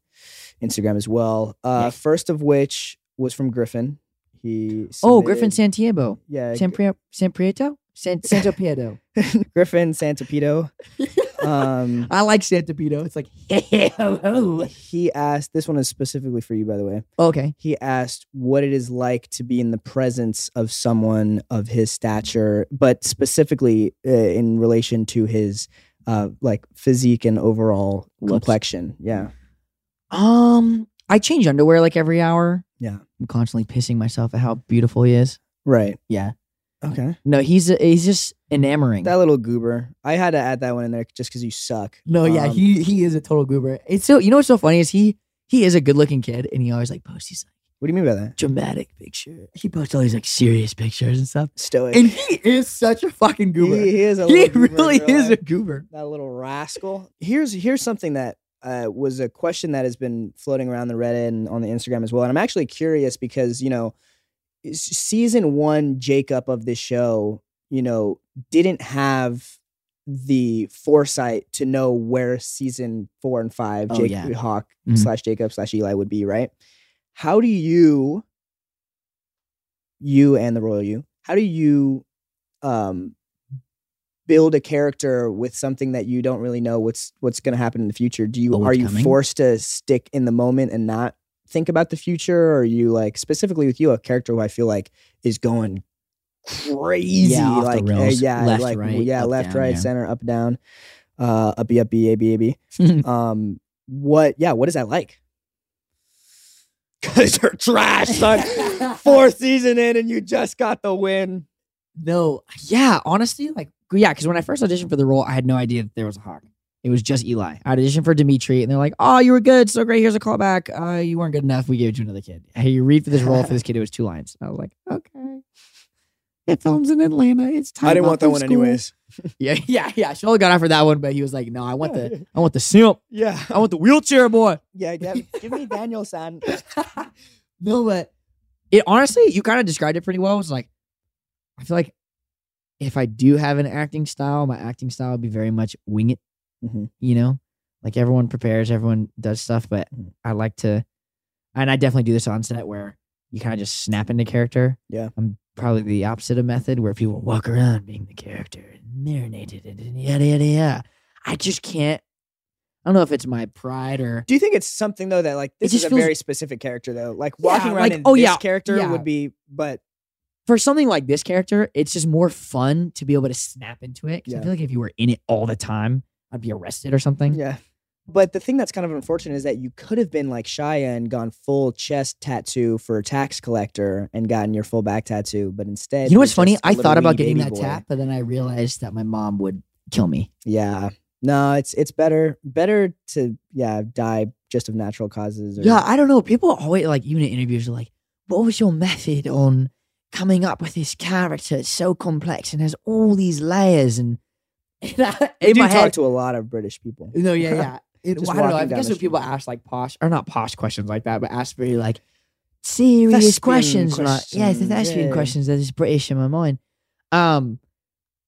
Speaker 1: Instagram as well. Uh, First of which was from Griffin. He
Speaker 2: Oh, Griffin
Speaker 1: submitted-
Speaker 2: Santiago,
Speaker 1: yeah,
Speaker 2: San Pri- San Prieto, San Santo Piedo.
Speaker 1: Griffin Santapedo. Um,
Speaker 2: I like Santo Piedo. It's like hello.
Speaker 1: he asked. This one is specifically for you, by the way.
Speaker 2: Okay,
Speaker 1: he asked what it is like to be in the presence of someone of his stature, but specifically uh, in relation to his uh, like physique and overall
Speaker 2: Looks.
Speaker 1: complexion. Yeah,
Speaker 2: um, I change underwear like every hour.
Speaker 1: Yeah.
Speaker 2: I'm constantly pissing myself at how beautiful he is.
Speaker 1: right.
Speaker 2: Yeah,
Speaker 1: Okay,
Speaker 2: no, he's a, he's just enamoring.
Speaker 1: that little goober. I had to add that one in there just because you suck.
Speaker 2: No, yeah,
Speaker 1: Um,
Speaker 2: he he is a total goober. It's so you know what's so funny is he he is a good looking kid, and he always like posts these
Speaker 1: What do you mean by that?
Speaker 2: dramatic picture. He posts all these like serious pictures and stuff.
Speaker 1: Stoic.
Speaker 2: And he is such a fucking
Speaker 1: he,
Speaker 2: goober. He,
Speaker 1: he is a little goober in
Speaker 2: really
Speaker 1: real
Speaker 2: is a
Speaker 1: life.
Speaker 2: goober.
Speaker 1: that little rascal. Here's here's something that uh, was a question that has been floating around the Reddit and on the Instagram as well. And I'm actually curious because you know, s- season one Jacob of this show, you know, didn't have the foresight to know where season four and five
Speaker 2: Oh,
Speaker 1: Jake
Speaker 2: yeah.
Speaker 1: Hawk
Speaker 2: Mhm.
Speaker 1: slash Jacob slash Eli would be right. How do you, you and the royal you, how do you um build a character with something that you don't really know what's what's going to happen in the future do you
Speaker 2: Oh,
Speaker 1: are
Speaker 2: what's
Speaker 1: you
Speaker 2: coming?
Speaker 1: forced to stick in the moment and not think about the future or are you like specifically with you a character who i feel like is going crazy
Speaker 2: Yeah, off the
Speaker 1: like uh,
Speaker 2: rails.
Speaker 1: yeah
Speaker 2: Left,
Speaker 1: like
Speaker 2: right,
Speaker 1: yeah
Speaker 2: up,
Speaker 1: left
Speaker 2: down,
Speaker 1: right
Speaker 2: yeah.
Speaker 1: center up down uh up up a b a b um what yeah what is that like because you're trash son fourth season in and you just got the win
Speaker 2: No, yeah, honestly, like yeah, because when I first auditioned for the role, I had no idea that there was a hawk. It was just Eli. I auditioned for Dimitri, and they're like, "Oh, you were good, so great. Here's a callback. Uh, you weren't good enough. We gave it to another kid. Hey, you read for this role for this kid. It was two lines." I was like, "Okay." It films in Atlanta. It's time. out from school." Yeah, yeah, yeah. Shola got out for that one, but he was like, "No, I want the, I want the simp.
Speaker 1: yeah
Speaker 2: I want the wheelchair boy."
Speaker 1: Yeah, give, give me Daniel San.
Speaker 2: no, but it honestly, you kind of described it pretty well. It's like, I feel like if I do have an acting style, my acting style would be very much wing it.
Speaker 1: Mhm.
Speaker 2: You know, like everyone prepares, everyone does stuff, but
Speaker 1: Mhm.
Speaker 2: I like to, and I definitely do this on set where you kind of just snap into character.
Speaker 1: Yeah.
Speaker 2: I'm probably the opposite of method where people walk around being the character and marinated and yada, yada, yada. I just can't. I don't know if it's my pride or
Speaker 1: Do you think it's something though that like this is
Speaker 2: just
Speaker 1: a
Speaker 2: feels-
Speaker 1: very specific character though? Like walking
Speaker 2: Yeah,
Speaker 1: around
Speaker 2: like,
Speaker 1: in
Speaker 2: oh,
Speaker 1: this
Speaker 2: yeah,
Speaker 1: character
Speaker 2: yeah.
Speaker 1: would be, but
Speaker 2: for something like this character, it's just more fun to be able to snap into it. 'Cause I
Speaker 1: Yeah.
Speaker 2: feel like if you were in it all the time, I'd be arrested or something.
Speaker 1: yeah. But the thing that's kind of unfortunate is that you could have been like Shia and gone full chest tattoo for a tax collector and gotten your full back tattoo, but instead,
Speaker 2: you know
Speaker 1: you're
Speaker 2: what's funny?
Speaker 1: just a
Speaker 2: I
Speaker 1: little
Speaker 2: thought about
Speaker 1: weenie
Speaker 2: getting
Speaker 1: baby
Speaker 2: that
Speaker 1: boy.
Speaker 2: tap, but then I realized that my mom would kill me.
Speaker 1: Yeah, no, it's it's better better to yeah die just of natural causes. Or,
Speaker 2: Yeah, I don't know. People always like even in interviews are like, "What was your method on coming up with this character? It's so complex and has all these layers." And, and I,
Speaker 1: I
Speaker 2: in
Speaker 1: do
Speaker 2: my
Speaker 1: talk
Speaker 2: head,
Speaker 1: to a lot of British people.
Speaker 2: No, yeah, yeah. It,
Speaker 1: Just
Speaker 2: well, I don't know.
Speaker 1: walking
Speaker 2: I
Speaker 1: down
Speaker 2: guess
Speaker 1: the
Speaker 2: when people
Speaker 1: street.
Speaker 2: ask like posh or not posh questions like that, but ask very like serious questions, like yeah, the
Speaker 1: questions,
Speaker 2: thespian
Speaker 1: yeah.
Speaker 2: questions that is British in my mind. Um,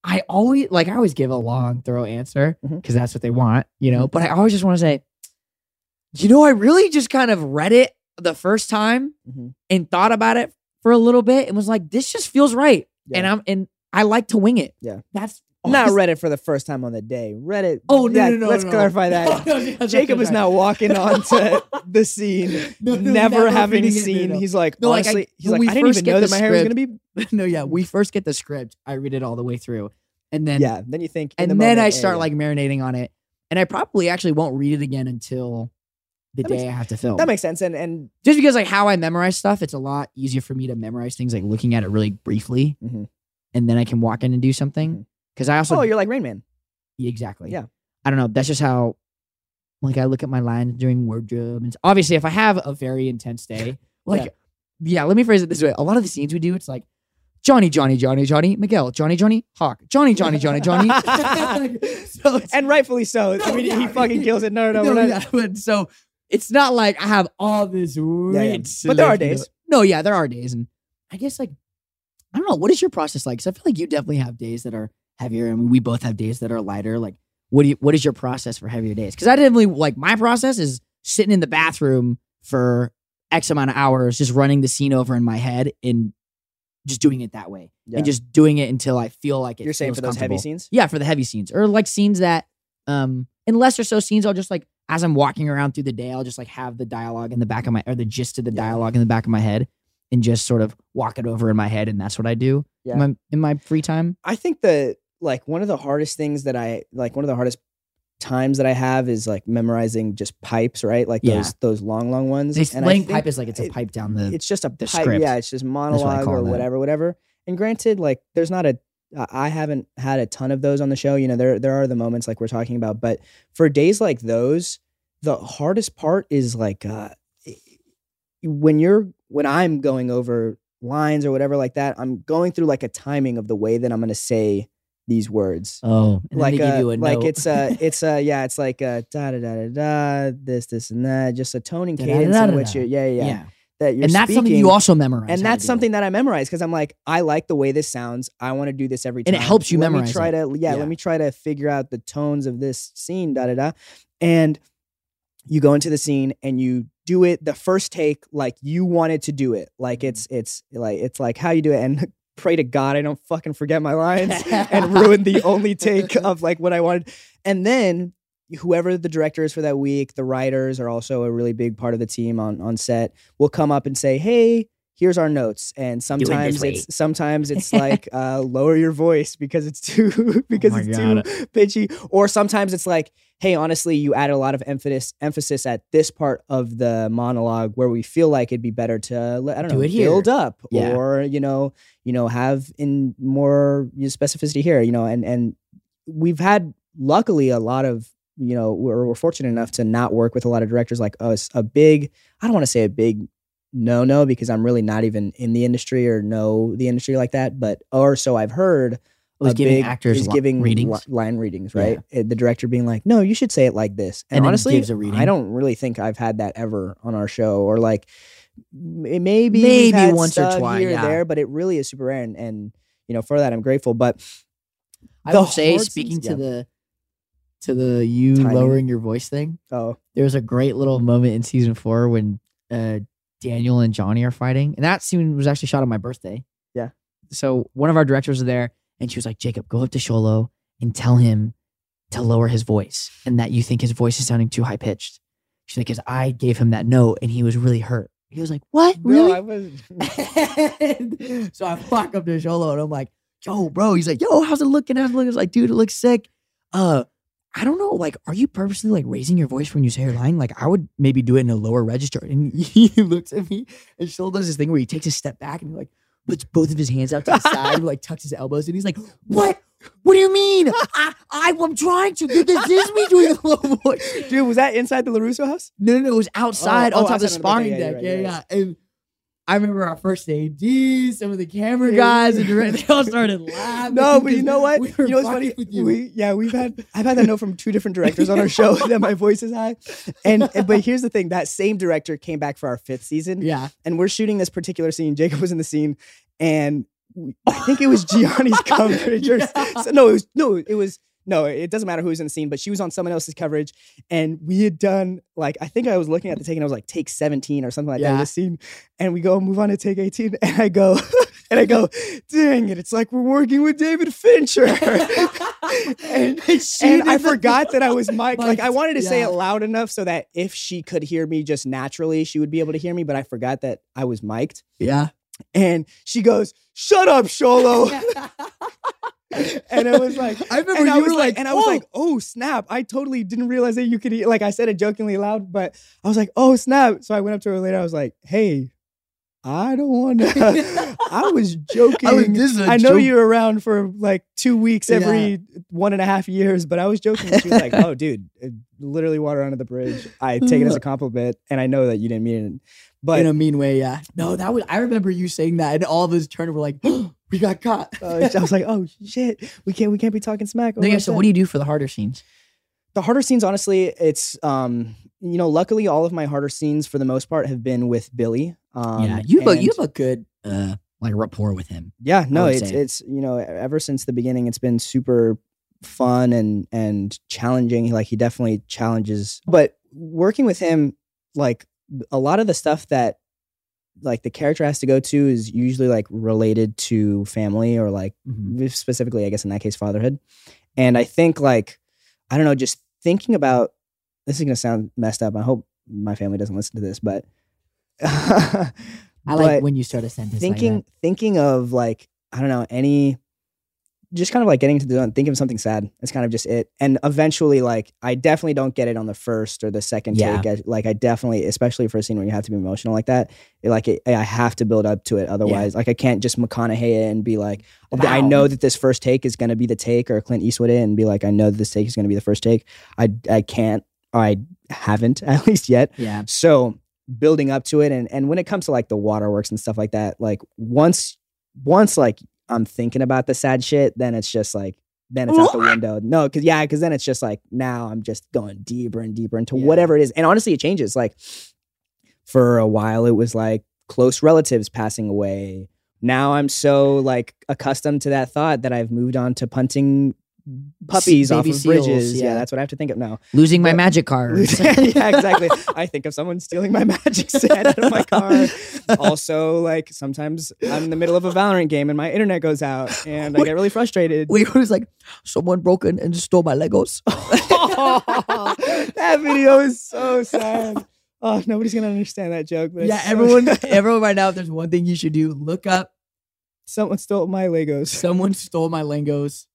Speaker 2: I always like I always give a long, thorough answer because
Speaker 1: Mhm.
Speaker 2: that's what they want, you
Speaker 1: Mm-hmm.
Speaker 2: know. But I always just want to say, you know, I really just kind of read it the first time
Speaker 1: Mhm.
Speaker 2: and thought about it for a little bit and was like, this just feels right, and
Speaker 1: Yeah.
Speaker 2: I'm and I like to wing it.
Speaker 1: Yeah. Oh,
Speaker 2: that's
Speaker 1: Not
Speaker 2: honestly-
Speaker 1: Reddit for the first time on the day. Reddit.
Speaker 2: Oh no,
Speaker 1: yeah,
Speaker 2: no, no,
Speaker 1: Let's
Speaker 2: no.
Speaker 1: clarify that.
Speaker 2: No, no, no, no,
Speaker 1: Jacob
Speaker 2: no,
Speaker 1: is
Speaker 2: no.
Speaker 1: now walking onto the scene,
Speaker 2: No, no,
Speaker 1: never, having
Speaker 2: reading it,
Speaker 1: seen.
Speaker 2: no, no.
Speaker 1: He's like,
Speaker 2: No, like, I-
Speaker 1: honestly, he's
Speaker 2: when
Speaker 1: like,
Speaker 2: we
Speaker 1: I didn't
Speaker 2: first
Speaker 1: even
Speaker 2: get
Speaker 1: know
Speaker 2: the
Speaker 1: that my hair was gonna be.
Speaker 2: no, yeah. We first get the script. I read it all the way through, and then
Speaker 1: yeah. Then you think, in
Speaker 2: and
Speaker 1: the
Speaker 2: then
Speaker 1: moment,
Speaker 2: I
Speaker 1: hey,
Speaker 2: start like marinating on it. And I probably actually won't read it again until the
Speaker 1: That
Speaker 2: day
Speaker 1: makes-
Speaker 2: I have to film.
Speaker 1: That makes sense. And and
Speaker 2: just because like how I memorize stuff, it's a lot easier for me to memorize things like looking at it really briefly,
Speaker 1: Mhm.
Speaker 2: and then I can walk in and do something.
Speaker 1: Mhm.
Speaker 2: Because I also
Speaker 1: oh, you're like Rain Man.
Speaker 2: Yeah, Exactly.
Speaker 1: Yeah.
Speaker 2: I don't know. That's just how, like, I look at my lines during wardrobe. And obviously, if I have a very intense day, like, yeah. let me phrase it this way. A lot of the scenes we do, it's like Johnny, Johnny, Johnny, Johnny, Miguel, Johnny, Johnny, Hawk, Johnny, Johnny, Johnny, Johnny. so it's,
Speaker 1: And rightfully so. I mean, he fucking kills it. No, no, no.
Speaker 2: no,
Speaker 1: we're not-
Speaker 2: yeah, but so it's not like I have all this
Speaker 1: yeah.
Speaker 2: rich.
Speaker 1: But there are
Speaker 2: selection of-
Speaker 1: days.
Speaker 2: No, yeah, there are days, and I guess like I don't know. What is your process like? Because I feel like you definitely have days that are heavier, and we both have days that are lighter. Like, what do you, what is your process for heavier days? Because I definitely like my process is sitting in the bathroom for X amount of hours, just running the scene over in my head and just doing it that way,
Speaker 1: Yeah.
Speaker 2: and just doing it until I feel like it.
Speaker 1: You're saying
Speaker 2: feels
Speaker 1: for those heavy
Speaker 2: comfortable.
Speaker 1: scenes?
Speaker 2: Yeah, for the heavy scenes or like scenes that, um, in lesser so scenes, I'll just like as I'm walking around through the day, I'll just like have the dialogue in the back of my or the gist of the
Speaker 1: Yeah.
Speaker 2: dialogue in the back of my head, and just sort of walk it over in my head, and that's what I do
Speaker 1: Yeah.
Speaker 2: in my in my free time.
Speaker 1: I think the like one of the hardest things that I like one of the hardest times that I have is like memorizing just pipes, right? Like
Speaker 2: Yeah.
Speaker 1: those those long long ones.
Speaker 2: They,
Speaker 1: And I
Speaker 2: laying
Speaker 1: think
Speaker 2: pipe is like it's a
Speaker 1: it-
Speaker 2: pipe down the.
Speaker 1: it's just a
Speaker 2: the
Speaker 1: pipe.
Speaker 2: script.
Speaker 1: Yeah, it's just
Speaker 2: what I
Speaker 1: monologue
Speaker 2: call
Speaker 1: or
Speaker 2: that.
Speaker 1: whatever, whatever. And granted, like there's not a I I haven't had a ton of those on the show. You know, there there are the moments like we're talking about, but for days like those, the hardest part is like uh when you're when I'm going over lines or whatever like that, I'm going through like a timing of the way that I'm gonna say these words.
Speaker 2: oh, and
Speaker 1: like
Speaker 2: then they give
Speaker 1: uh,
Speaker 2: you a
Speaker 1: like
Speaker 2: note.
Speaker 1: it's uh it's uh yeah it's like uh da da da da da this this and that just a toning cadence in which
Speaker 2: Da-da-da-da-da.
Speaker 1: you yeah yeah, yeah that you're
Speaker 2: and that's something
Speaker 1: speaking
Speaker 2: you also memorize, how
Speaker 1: and
Speaker 2: to
Speaker 1: that's
Speaker 2: do it.
Speaker 1: something that I memorize because I'm like, I like the way this sounds. I want to do this every time,
Speaker 2: And it helps you
Speaker 1: let
Speaker 2: memorize
Speaker 1: Me try
Speaker 2: it.
Speaker 1: to, yeah,
Speaker 2: Yeah.
Speaker 1: let me try to figure out the tones of this scene, da da da. And you go into the scene and you do it the first take like you wanted to do it,
Speaker 2: Mm-hmm.
Speaker 1: like it's it's like it's like how you do it. And pray to God I don't fucking forget my lines and ruin the only take of like what I wanted. And then whoever the director is for that week, the writers are also a really big part of the team on on set. Will come up and say, "Hey, here's our notes." And
Speaker 2: this
Speaker 1: sometimes
Speaker 2: way.
Speaker 1: it's sometimes it's like uh, lower your voice because it's too because
Speaker 2: Oh my
Speaker 1: it's
Speaker 2: God.
Speaker 1: too pitchy. Or sometimes it's like, "Hey, honestly, you added a lot of emphasis emphasis at this part of the monologue where we feel like it'd be better to I don't
Speaker 2: Do
Speaker 1: know
Speaker 2: it here.
Speaker 1: build up
Speaker 2: Yeah.
Speaker 1: or you know you know have in more you know, specificity here you know and and we've had luckily a lot of you know we're, we're fortunate enough to not work with a lot of directors like us a big i don't want to say a big no no because i'm really not even in the industry or know the industry like that but or so i've heard
Speaker 2: was
Speaker 1: a
Speaker 2: giving
Speaker 1: big-
Speaker 2: actors
Speaker 1: is
Speaker 2: li-
Speaker 1: giving
Speaker 2: readings.
Speaker 1: li- line readings right Uh, the director being like no you should say it like this and,
Speaker 2: And then
Speaker 1: honestly
Speaker 2: gives a reading.
Speaker 1: i don't really think i've had that ever on our show or like m- maybe we've
Speaker 2: Maybe
Speaker 1: had
Speaker 2: once or
Speaker 1: stuff
Speaker 2: twi-
Speaker 1: here or
Speaker 2: yeah.
Speaker 1: there but it really is super rare and, and you know for that i'm grateful but
Speaker 2: I
Speaker 1: the
Speaker 2: will say,
Speaker 1: hard
Speaker 2: speaking
Speaker 1: scenes-
Speaker 2: to
Speaker 1: yeah.
Speaker 2: the to the you
Speaker 1: Timing.
Speaker 2: lowering your voice thing,
Speaker 1: oh
Speaker 2: there was a great little moment in season four when uh, Daniel and Johnny are fighting, and that scene was actually shot on my birthday.
Speaker 1: Yeah.
Speaker 2: So one of our directors was there, and she was like, "Jacob, go up to Sholo and tell him to lower his voice, and that you think his voice is sounding too high pitched." She's like, "Cause I gave him that note, and he was really hurt." He was like, "What? Really?"
Speaker 1: no, I was,
Speaker 2: And so I fuck up to Sholo and I'm like, yo, bro. He's like, yo, how's it looking? How's it looking? I was like, dude, it looks sick. Uh, I don't know. Like, are you purposely like raising your voice when you say your line? Like, I would maybe do it in a lower register. And he looks at me and Sholo does this thing where he takes a step back and he like puts both of his hands out to the side, and, like tucks his elbows, and he's like, what? What do you mean? I, I, I'm trying to. This is me doing the low voice.
Speaker 1: dude was that inside the larusso house
Speaker 2: No, no, no. It was outside
Speaker 1: Oh,
Speaker 2: on
Speaker 1: oh,
Speaker 2: top of the
Speaker 1: outside on the
Speaker 2: sparring
Speaker 1: boat. Yeah, you're right,
Speaker 2: deck. yeah,
Speaker 1: you're
Speaker 2: yeah.
Speaker 1: right.
Speaker 2: And I remember our first AD, some of the camera
Speaker 1: Yeah.
Speaker 2: guys, and direct- they all started laughing.
Speaker 1: No, but you
Speaker 2: because
Speaker 1: know what?
Speaker 2: we were
Speaker 1: you know what's
Speaker 2: fucking
Speaker 1: funny?
Speaker 2: with you.
Speaker 1: We yeah, we've had I've had that note from two different directors on our show that my voice is high. And, and- but here's the thing: that same director came back for our fifth season,
Speaker 2: yeah.
Speaker 1: and we're shooting this particular scene. Jacob was in the scene, and we- I think it was Gianni's coverage. Or,
Speaker 2: Yeah.
Speaker 1: so, no, it was no, it was. No, it doesn't matter who was in the scene, but she was on someone else's coverage, and we had done like I think I was looking at the take, and I was like take seventeen or something like that.
Speaker 2: Yeah.
Speaker 1: in The scene, and we go move on to take 18 and i go and i go dang it it's like we're working with david fincher and,
Speaker 2: she
Speaker 1: and
Speaker 2: did
Speaker 1: i
Speaker 2: the-
Speaker 1: forgot that i was mic like i
Speaker 2: Mic'd,
Speaker 1: wanted to say
Speaker 2: yeah.
Speaker 1: it loud enough so that if she could hear me just naturally she would be able to hear me but i forgot that i was mic'd
Speaker 2: Yeah.
Speaker 1: and she goes shut up sholo and it was like
Speaker 2: I remember
Speaker 1: and
Speaker 2: you
Speaker 1: I was
Speaker 2: were like,
Speaker 1: and I was
Speaker 2: "Oh."
Speaker 1: like, oh snap! I totally didn't realize that you could eat. Like I said it jokingly loud, but I was like, oh snap! So I went up to her later. I was like, hey, I don't want to. I was joking. I,
Speaker 3: I, was, this is a
Speaker 1: know
Speaker 3: joke.
Speaker 1: you're around for like two weeks every one and a half years, but I was joking. She was like, oh dude, it- literally water under the bridge. I take it as a compliment, and I know that you didn't mean it. But
Speaker 2: in a mean way. Yeah. No, that was. I remember you saying that, and all of us turned. and We're like, we got caught.
Speaker 1: uh, I was like, oh shit, we can't we can't be talking smack. over
Speaker 2: Then you
Speaker 1: upset."
Speaker 2: said, what do you do for the harder scenes?
Speaker 1: the harder scenes honestly it's um you know luckily all of my harder scenes for the most part have been with billy um
Speaker 2: yeah, you have a,
Speaker 1: and-
Speaker 2: you Oh, have a good uh like rapport with him.
Speaker 1: yeah no
Speaker 2: would
Speaker 1: it's
Speaker 2: say.
Speaker 1: it's you know e-, ever since the beginning it's been super fun and and challenging like he definitely challenges but working with him like a lot of the stuff that like the character has to go to is usually like related to family or like specifically, I guess in that case, fatherhood. And I think like, I don't know, just thinking about this is gonna sound messed up. I hope my family doesn't listen to this, but I
Speaker 2: I like when you start a sentence.
Speaker 1: thinking
Speaker 2: like
Speaker 1: thinking of like, I don't know, any just kind of like getting to the zone, thinking of something sad. It's kind of just it. And eventually, like, I definitely don't get it on the first or the second
Speaker 2: Yeah.
Speaker 1: take. I, like, I definitely, especially for a scene where you have to be emotional like that, it- like, it, I have to build up to it. Otherwise, like, I can't just McConaughey it and be like, "Oh, I
Speaker 2: Wow.
Speaker 1: know that this first take is going to be the take, or Clint Eastwood it and be like, I know that this take is going to be the first take. I, I can't, or I haven't, at least yet.
Speaker 2: that. yeah,
Speaker 1: So building up to it and and when it comes to like the waterworks and stuff like that, like once once like I'm thinking about the sad shit, then it's just like then it's out the window. No, cause yeah, cause then it's just like now I'm just going deeper and deeper into
Speaker 2: Yeah.
Speaker 1: whatever it is. And honestly, it changes. Like for a while it was like close relatives passing away. Now I'm so like accustomed to that thought that I've moved on to punting puppies off
Speaker 2: baby
Speaker 1: of
Speaker 2: seals,
Speaker 1: bridges. yeah,
Speaker 2: yeah.
Speaker 1: that's what I have to think of now.
Speaker 2: losing my
Speaker 1: But-
Speaker 2: magic card.
Speaker 1: yeah, exactly. I think of someone stealing my magic set out of my car. Also, like sometimes I'm in the middle of a Valorant game and my internet goes out and I get really frustrated.
Speaker 2: Where he was like, someone broke in and stole my Legos.
Speaker 1: that video is so sad. Oh, nobody's gonna understand that joke. But it's
Speaker 2: yeah,
Speaker 1: so-
Speaker 2: everyone, everyone, right now, if there's one thing you should do, look up.
Speaker 1: someone stole my Legos.
Speaker 2: Someone stole my Legos.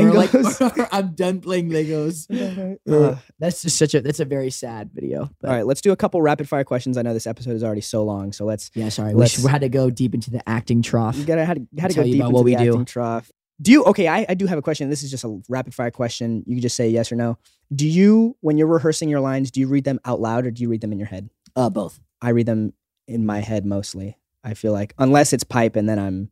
Speaker 2: like,
Speaker 1: Legos.
Speaker 2: or I'm done playing Legos. Uh,
Speaker 1: Ugh.
Speaker 2: That's just such a. That's a very sad video. But
Speaker 1: all right, let's do a couple rapid fire questions. I know this episode is already so long, so let's.
Speaker 2: Yeah, sorry. We,
Speaker 1: Let's-
Speaker 2: should, we had to go deep into the acting trough.
Speaker 1: You gotta had to, had to go
Speaker 2: Tell you
Speaker 1: deep
Speaker 2: about
Speaker 1: into
Speaker 2: what we
Speaker 1: the
Speaker 2: do.
Speaker 1: acting trough. Do you? Okay, I, I do have a question. This is just a rapid fire question. You can just say yes or no. Do you, when you're rehearsing your lines, do you read them out loud or do you read them in your head?
Speaker 2: Uh, both.
Speaker 1: I read them in my head mostly. I feel like unless it's pipe and then I'm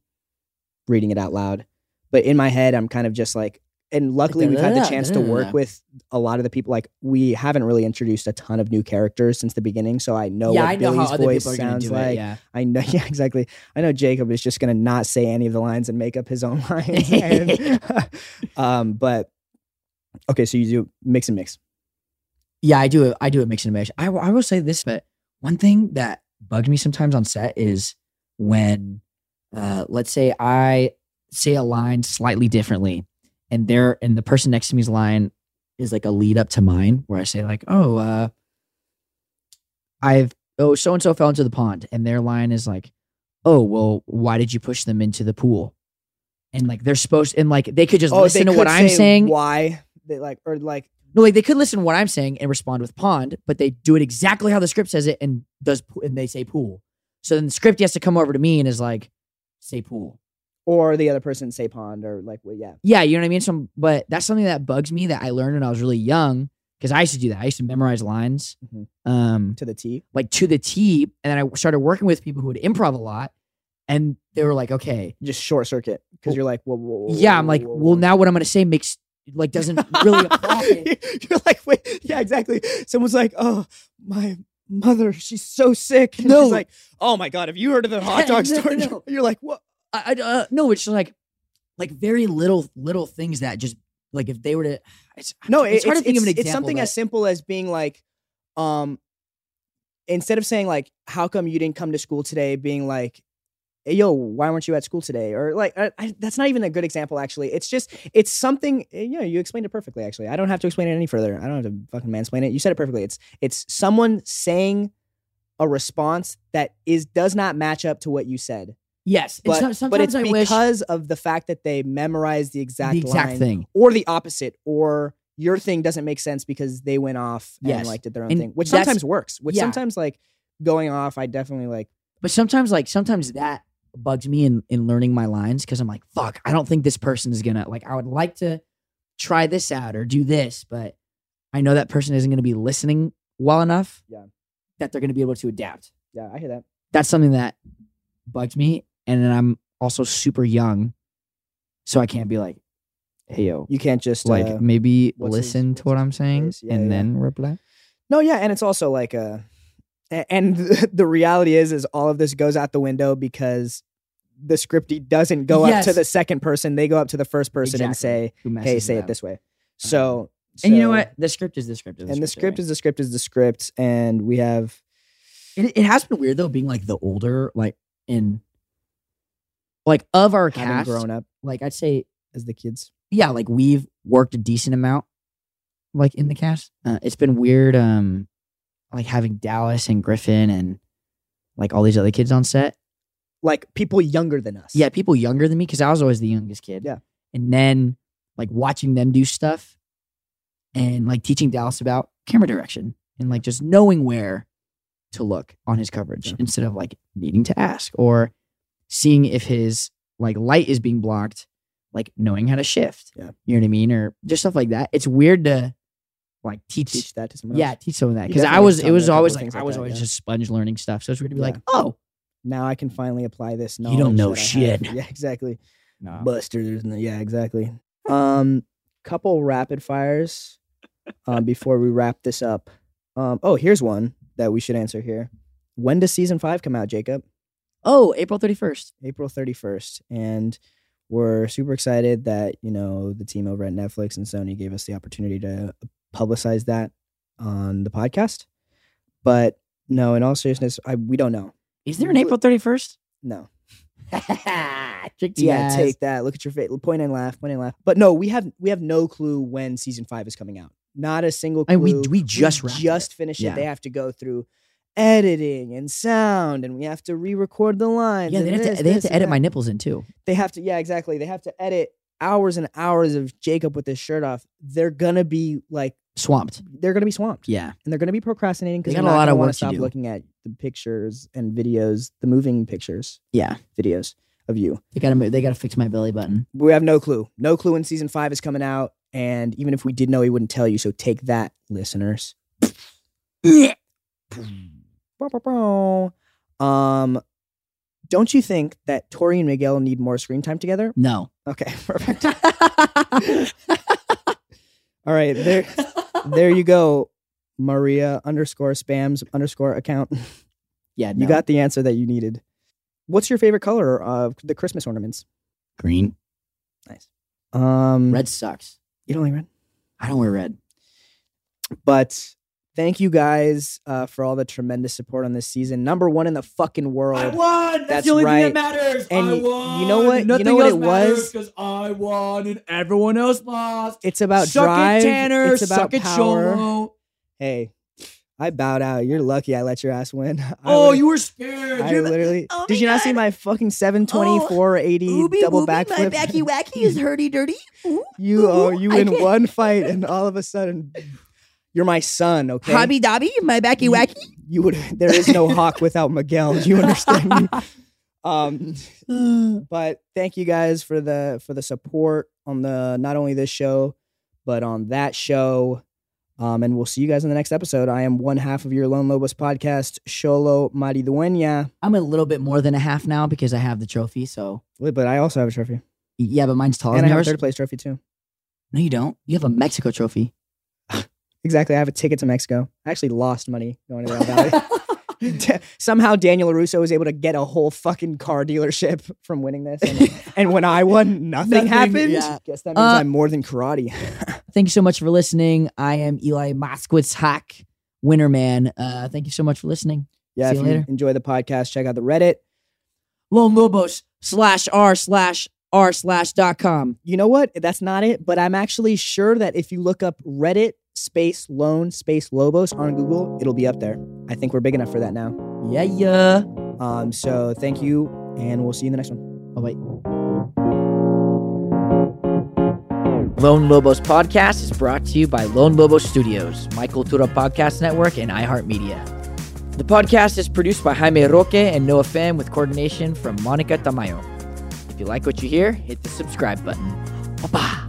Speaker 1: reading it out loud. But in my head, I'm kind of just like. And luckily, we've had the chance to work with a lot of the people. Like, we haven't really introduced a ton of new characters since the beginning, so I know
Speaker 2: yeah,
Speaker 1: what
Speaker 2: I know
Speaker 1: Billy's
Speaker 2: how other
Speaker 1: voice
Speaker 2: people are gonna
Speaker 1: sounds
Speaker 2: do
Speaker 1: like.
Speaker 2: it. Yeah.
Speaker 1: I know, yeah, exactly. I know Jacob is just gonna not say any of the lines and make up his own lines. and- um, but okay, so you do mix and mix.
Speaker 2: Yeah, I do. I do a mix and match. I, will- I will say this, but one thing that bugged me sometimes on set is when, uh, let's say I say a line slightly differently, and there and the person next to me's line is like a lead up to mine, where I say like, "Oh, uh, I've oh so and so fell into the pond," and their line is like, "Oh, well, why did you push them into the pool?" And like they're supposed and like they could just listen to
Speaker 1: Oh, could
Speaker 2: what I'm
Speaker 1: say
Speaker 2: saying
Speaker 1: Why they like or like
Speaker 2: no, like they could listen to what I'm saying and respond with pond, but they do it exactly how the script says it and does po- and they say pool. So then the script has to come over to me and is like, say pool.
Speaker 1: or the other person say pond or like well, yeah.
Speaker 2: Yeah, you know what I mean. So, but that's something that bugs me that I learned when I was really young because I used to do that. I used to memorize lines,
Speaker 1: Mhm.
Speaker 2: um,
Speaker 1: To the T.
Speaker 2: like to the T, and then I started working with people who would improv a lot, and they were like, okay,
Speaker 1: Just short circuit. Because you're like, whoa, whoa, whoa,
Speaker 2: yeah.
Speaker 1: whoa,
Speaker 2: I'm like,
Speaker 1: whoa, whoa,
Speaker 2: well, now what I'm gonna say makes like doesn't really apply.
Speaker 1: you're like, wait, yeah, exactly. Someone's like, oh, my mother, she's so sick. And
Speaker 2: No.
Speaker 1: she's like, oh my god, have you heard of the hot dog
Speaker 2: No,
Speaker 1: store?
Speaker 2: no.
Speaker 1: You're like, what?
Speaker 2: I, I uh, no, it's just like like very little little things that just like if they were to it's,
Speaker 1: No,
Speaker 2: it's
Speaker 1: it-
Speaker 2: hard to think of an example.
Speaker 1: It's something
Speaker 2: that-
Speaker 1: as simple as being like, um, instead of saying like, "How come you didn't come to school today?" Being like, "Hey, "Yo, why weren't you at school today?" Or like, I, I, that's not even a good example. Actually, it's just it's something. eh, You know, you explained it perfectly. Actually, I don't have to explain it any further. I don't have to fucking mansplain it. You said it perfectly. It's it's someone saying a response that is does not match up to what you said.
Speaker 2: Yes, and
Speaker 1: But,
Speaker 2: so-
Speaker 1: but
Speaker 2: sometimes
Speaker 1: it's
Speaker 2: I wish
Speaker 1: because of the fact that they memorize the exact,
Speaker 2: the exact
Speaker 1: line
Speaker 2: thing.
Speaker 1: or the opposite or your thing doesn't make sense because they went off
Speaker 2: Yes.
Speaker 1: and like did their own
Speaker 2: And
Speaker 1: thing, which
Speaker 2: that's-
Speaker 1: sometimes works. Which
Speaker 2: yeah.
Speaker 1: sometimes like going off, I definitely like
Speaker 2: But sometimes, like sometimes that bugs me in in learning my lines because I'm like, fuck, I don't think this person is gonna like. I would like to try this out or do this, but I know that person isn't gonna be listening well enough.
Speaker 1: Yeah.
Speaker 2: that they're gonna be able to adapt.
Speaker 1: yeah, I hear that.
Speaker 2: That's something that bugs me, and then I'm also super young, so I can't be like, hey yo,
Speaker 1: You can't just
Speaker 2: like
Speaker 1: uh,
Speaker 2: maybe
Speaker 1: what's his-
Speaker 2: listen to what I'm saying
Speaker 1: phrase? Yeah,
Speaker 2: and
Speaker 1: yeah.
Speaker 2: then reply.
Speaker 1: No, yeah, and it's also like a, a- and the reality is, is all of this goes out the window because the scripty doesn't go up to
Speaker 2: Yes.
Speaker 1: the second person; they go up to the first person and say,
Speaker 2: Exactly. Who
Speaker 1: "Hey,
Speaker 2: messes
Speaker 1: say
Speaker 2: with
Speaker 1: it
Speaker 2: them.
Speaker 1: this way." So,
Speaker 2: And you know
Speaker 1: so-
Speaker 2: what? The script is the script. Is the
Speaker 1: And the
Speaker 2: script
Speaker 1: script
Speaker 2: right?
Speaker 1: is the script is the script, and we have
Speaker 2: It, it has been weird though, being like the older, like in, like of our
Speaker 1: having
Speaker 2: cast.
Speaker 1: grown up
Speaker 2: Like I'd say,
Speaker 1: as the kids.
Speaker 2: yeah, like we've worked a decent amount, like in the cast. Uh, it's been weird, um, like having Dallas and Griffin and like all these other kids on set.
Speaker 1: Like people younger than us.
Speaker 2: Yeah, people younger than me because I was always the youngest kid.
Speaker 1: Yeah.
Speaker 2: and then like watching them do stuff, and like teaching Dallas about camera direction and like just knowing where to look on his coverage
Speaker 1: Yeah.
Speaker 2: instead of like needing to ask or seeing if his like light is being blocked, like knowing how to shift.
Speaker 1: Yeah.
Speaker 2: You know what I mean? Or just stuff like that. It's weird to like teach,
Speaker 1: Teach that to someone
Speaker 2: yeah,
Speaker 1: else.
Speaker 2: teach some of that.
Speaker 1: You
Speaker 2: Cause I
Speaker 1: definitely
Speaker 2: was
Speaker 1: taught
Speaker 2: it
Speaker 1: me a
Speaker 2: was
Speaker 1: couple
Speaker 2: always
Speaker 1: of
Speaker 2: like
Speaker 1: things
Speaker 2: I
Speaker 1: like
Speaker 2: was
Speaker 1: that,
Speaker 2: always
Speaker 1: yeah.
Speaker 2: just sponge learning stuff. So it's weird to be like,
Speaker 1: Yeah.
Speaker 2: oh
Speaker 1: Now I can finally apply this
Speaker 2: You
Speaker 1: knowledge.
Speaker 2: don't know
Speaker 1: that I
Speaker 2: shit.
Speaker 1: have. Yeah, exactly.
Speaker 2: no.
Speaker 1: Busters. and- Yeah, exactly. Um, couple rapid fires um, before we wrap this up. Um, oh, here's one that we should answer here. When does season five come out, Jacob?
Speaker 2: Oh, April thirty first.
Speaker 1: April 31st. And we're super excited that, you know, the team over at Netflix and Sony gave us the opportunity to publicize that on the podcast. But no, in all seriousness, I, we don't know.
Speaker 2: Is there an April thirty first?
Speaker 1: No.
Speaker 2: Tricked you
Speaker 1: Yeah,
Speaker 2: guys.
Speaker 1: take that. Look at your face. Point and laugh. Point and laugh. But no, we have we have no clue when season five is coming out. Not a single clue.
Speaker 2: And we- we just wrapped it.
Speaker 1: just finished
Speaker 2: Yeah.
Speaker 1: it. They have to go through editing and sound, and we have to re-record the lines.
Speaker 2: Yeah, they
Speaker 1: and
Speaker 2: have
Speaker 1: this,
Speaker 2: to they have
Speaker 1: this,
Speaker 2: to
Speaker 1: and
Speaker 2: edit
Speaker 1: that.
Speaker 2: my nipples in too.
Speaker 1: They have to. Yeah, exactly. They have to edit hours and hours of Jacob with his shirt off. They're gonna be like
Speaker 2: Swamped.
Speaker 1: they're gonna be swamped,
Speaker 2: Yeah.
Speaker 1: and they're gonna be procrastinating because
Speaker 2: They
Speaker 1: they're
Speaker 2: got a
Speaker 1: not
Speaker 2: lot
Speaker 1: gonna
Speaker 2: of
Speaker 1: wanna
Speaker 2: work to
Speaker 1: stop
Speaker 2: do.
Speaker 1: looking at the pictures and videos, the moving pictures,
Speaker 2: Yeah.
Speaker 1: videos of you.
Speaker 2: They gotta move, they gotta fix my belly button.
Speaker 1: we have no clue. No clue when season five is coming out. And even if we did know, he wouldn't tell you. So take that, listeners. Bow, bow, bow. Um, don't you think that Tori and Miguel need more screen time together?
Speaker 2: No.
Speaker 1: Okay, perfect. All right, there, there you go, Maria underscore spams underscore account.
Speaker 2: yeah,
Speaker 1: You
Speaker 2: no.
Speaker 1: got the answer that you needed. What's your favorite color of the Christmas ornaments?
Speaker 2: green.
Speaker 1: Um,
Speaker 2: Red sucks.
Speaker 1: You don't like red.
Speaker 2: I don't wear red.
Speaker 1: But thank you guys uh, for all the tremendous support on this season. Number one in the fucking world.
Speaker 4: won. That's,
Speaker 1: That's
Speaker 4: the only
Speaker 1: right.
Speaker 4: thing that matters.
Speaker 1: And
Speaker 4: I
Speaker 1: y- you
Speaker 4: won.
Speaker 1: know what- you
Speaker 4: Nothing
Speaker 1: know what
Speaker 4: else
Speaker 1: it was?
Speaker 4: because I won and everyone else lost.
Speaker 1: It's about
Speaker 4: suck
Speaker 1: drive.
Speaker 4: it, Tanner.
Speaker 1: it's about
Speaker 4: suck it,
Speaker 1: power.
Speaker 4: Sholo.
Speaker 1: Hey, I bowed out. You're lucky I let your ass win. I
Speaker 4: Oh,
Speaker 1: literally-
Speaker 4: you were scared.
Speaker 1: I
Speaker 4: You're the-
Speaker 1: literally.
Speaker 2: Oh
Speaker 1: did
Speaker 2: my
Speaker 1: you not see
Speaker 2: God.
Speaker 1: my fucking 724 80
Speaker 2: Ooby
Speaker 1: double
Speaker 2: wooby, my
Speaker 1: backflip?
Speaker 2: backy wacky is hurdy dirty. Ooh,
Speaker 1: you oh,
Speaker 2: ooh,
Speaker 1: you
Speaker 2: I
Speaker 1: win
Speaker 2: can't-
Speaker 1: one fight and all of a sudden you're my son, okay? Mm.
Speaker 2: Hobby dobby, my backy
Speaker 1: You-
Speaker 2: wacky.
Speaker 1: You would there is no hawk without Miguel. You understand me? Um but thank you guys for the for the support on the not only this show but on that show um and we'll see you guys in the next episode i am one half of your lone lobos podcast sholo maridueña
Speaker 2: I'm a little bit more than a half now because I have the trophy. So
Speaker 1: Wait, but i also have a trophy
Speaker 2: yeah, but mine's taller
Speaker 1: and i
Speaker 2: than
Speaker 1: have a
Speaker 2: yours.
Speaker 1: third place trophy too
Speaker 2: No, you don't. You have a Mexico trophy.
Speaker 1: exactly i have a ticket to mexico i actually lost money going to that valley somehow daniel larusso was able to get a whole fucking car dealership from winning this and, and when i won nothing,
Speaker 2: Nothing,
Speaker 1: happened
Speaker 2: yeah.
Speaker 1: guess that means
Speaker 2: Uh,
Speaker 1: i'm more than karate
Speaker 2: thank you so much for listening. I am Eli Moskowitz Hack, Winner Man. Uh, thank you so much for listening.
Speaker 1: yeah
Speaker 2: see
Speaker 1: if
Speaker 2: you
Speaker 1: you
Speaker 2: later.
Speaker 1: enjoy the podcast check out the reddit
Speaker 2: Lone Lobos slash r slash r slash dot com.
Speaker 1: you know what? That's not it. But I'm actually sure that if you look up Reddit space loan space Lobos on Google, it'll be up there. I think we're big enough for that now.
Speaker 2: Yeah, yeah.
Speaker 1: Um, so thank you and we'll see you in the next one.
Speaker 2: Bye bye. Lone Lobos Podcast is brought to you by Lone Lobos Studios, My Cultura Podcast Network, and iHeartMedia. The podcast is produced by Jaime Roque and Noah Pham with coordination from Monica Tamayo. If you like what you hear, hit the subscribe button. Bye bye.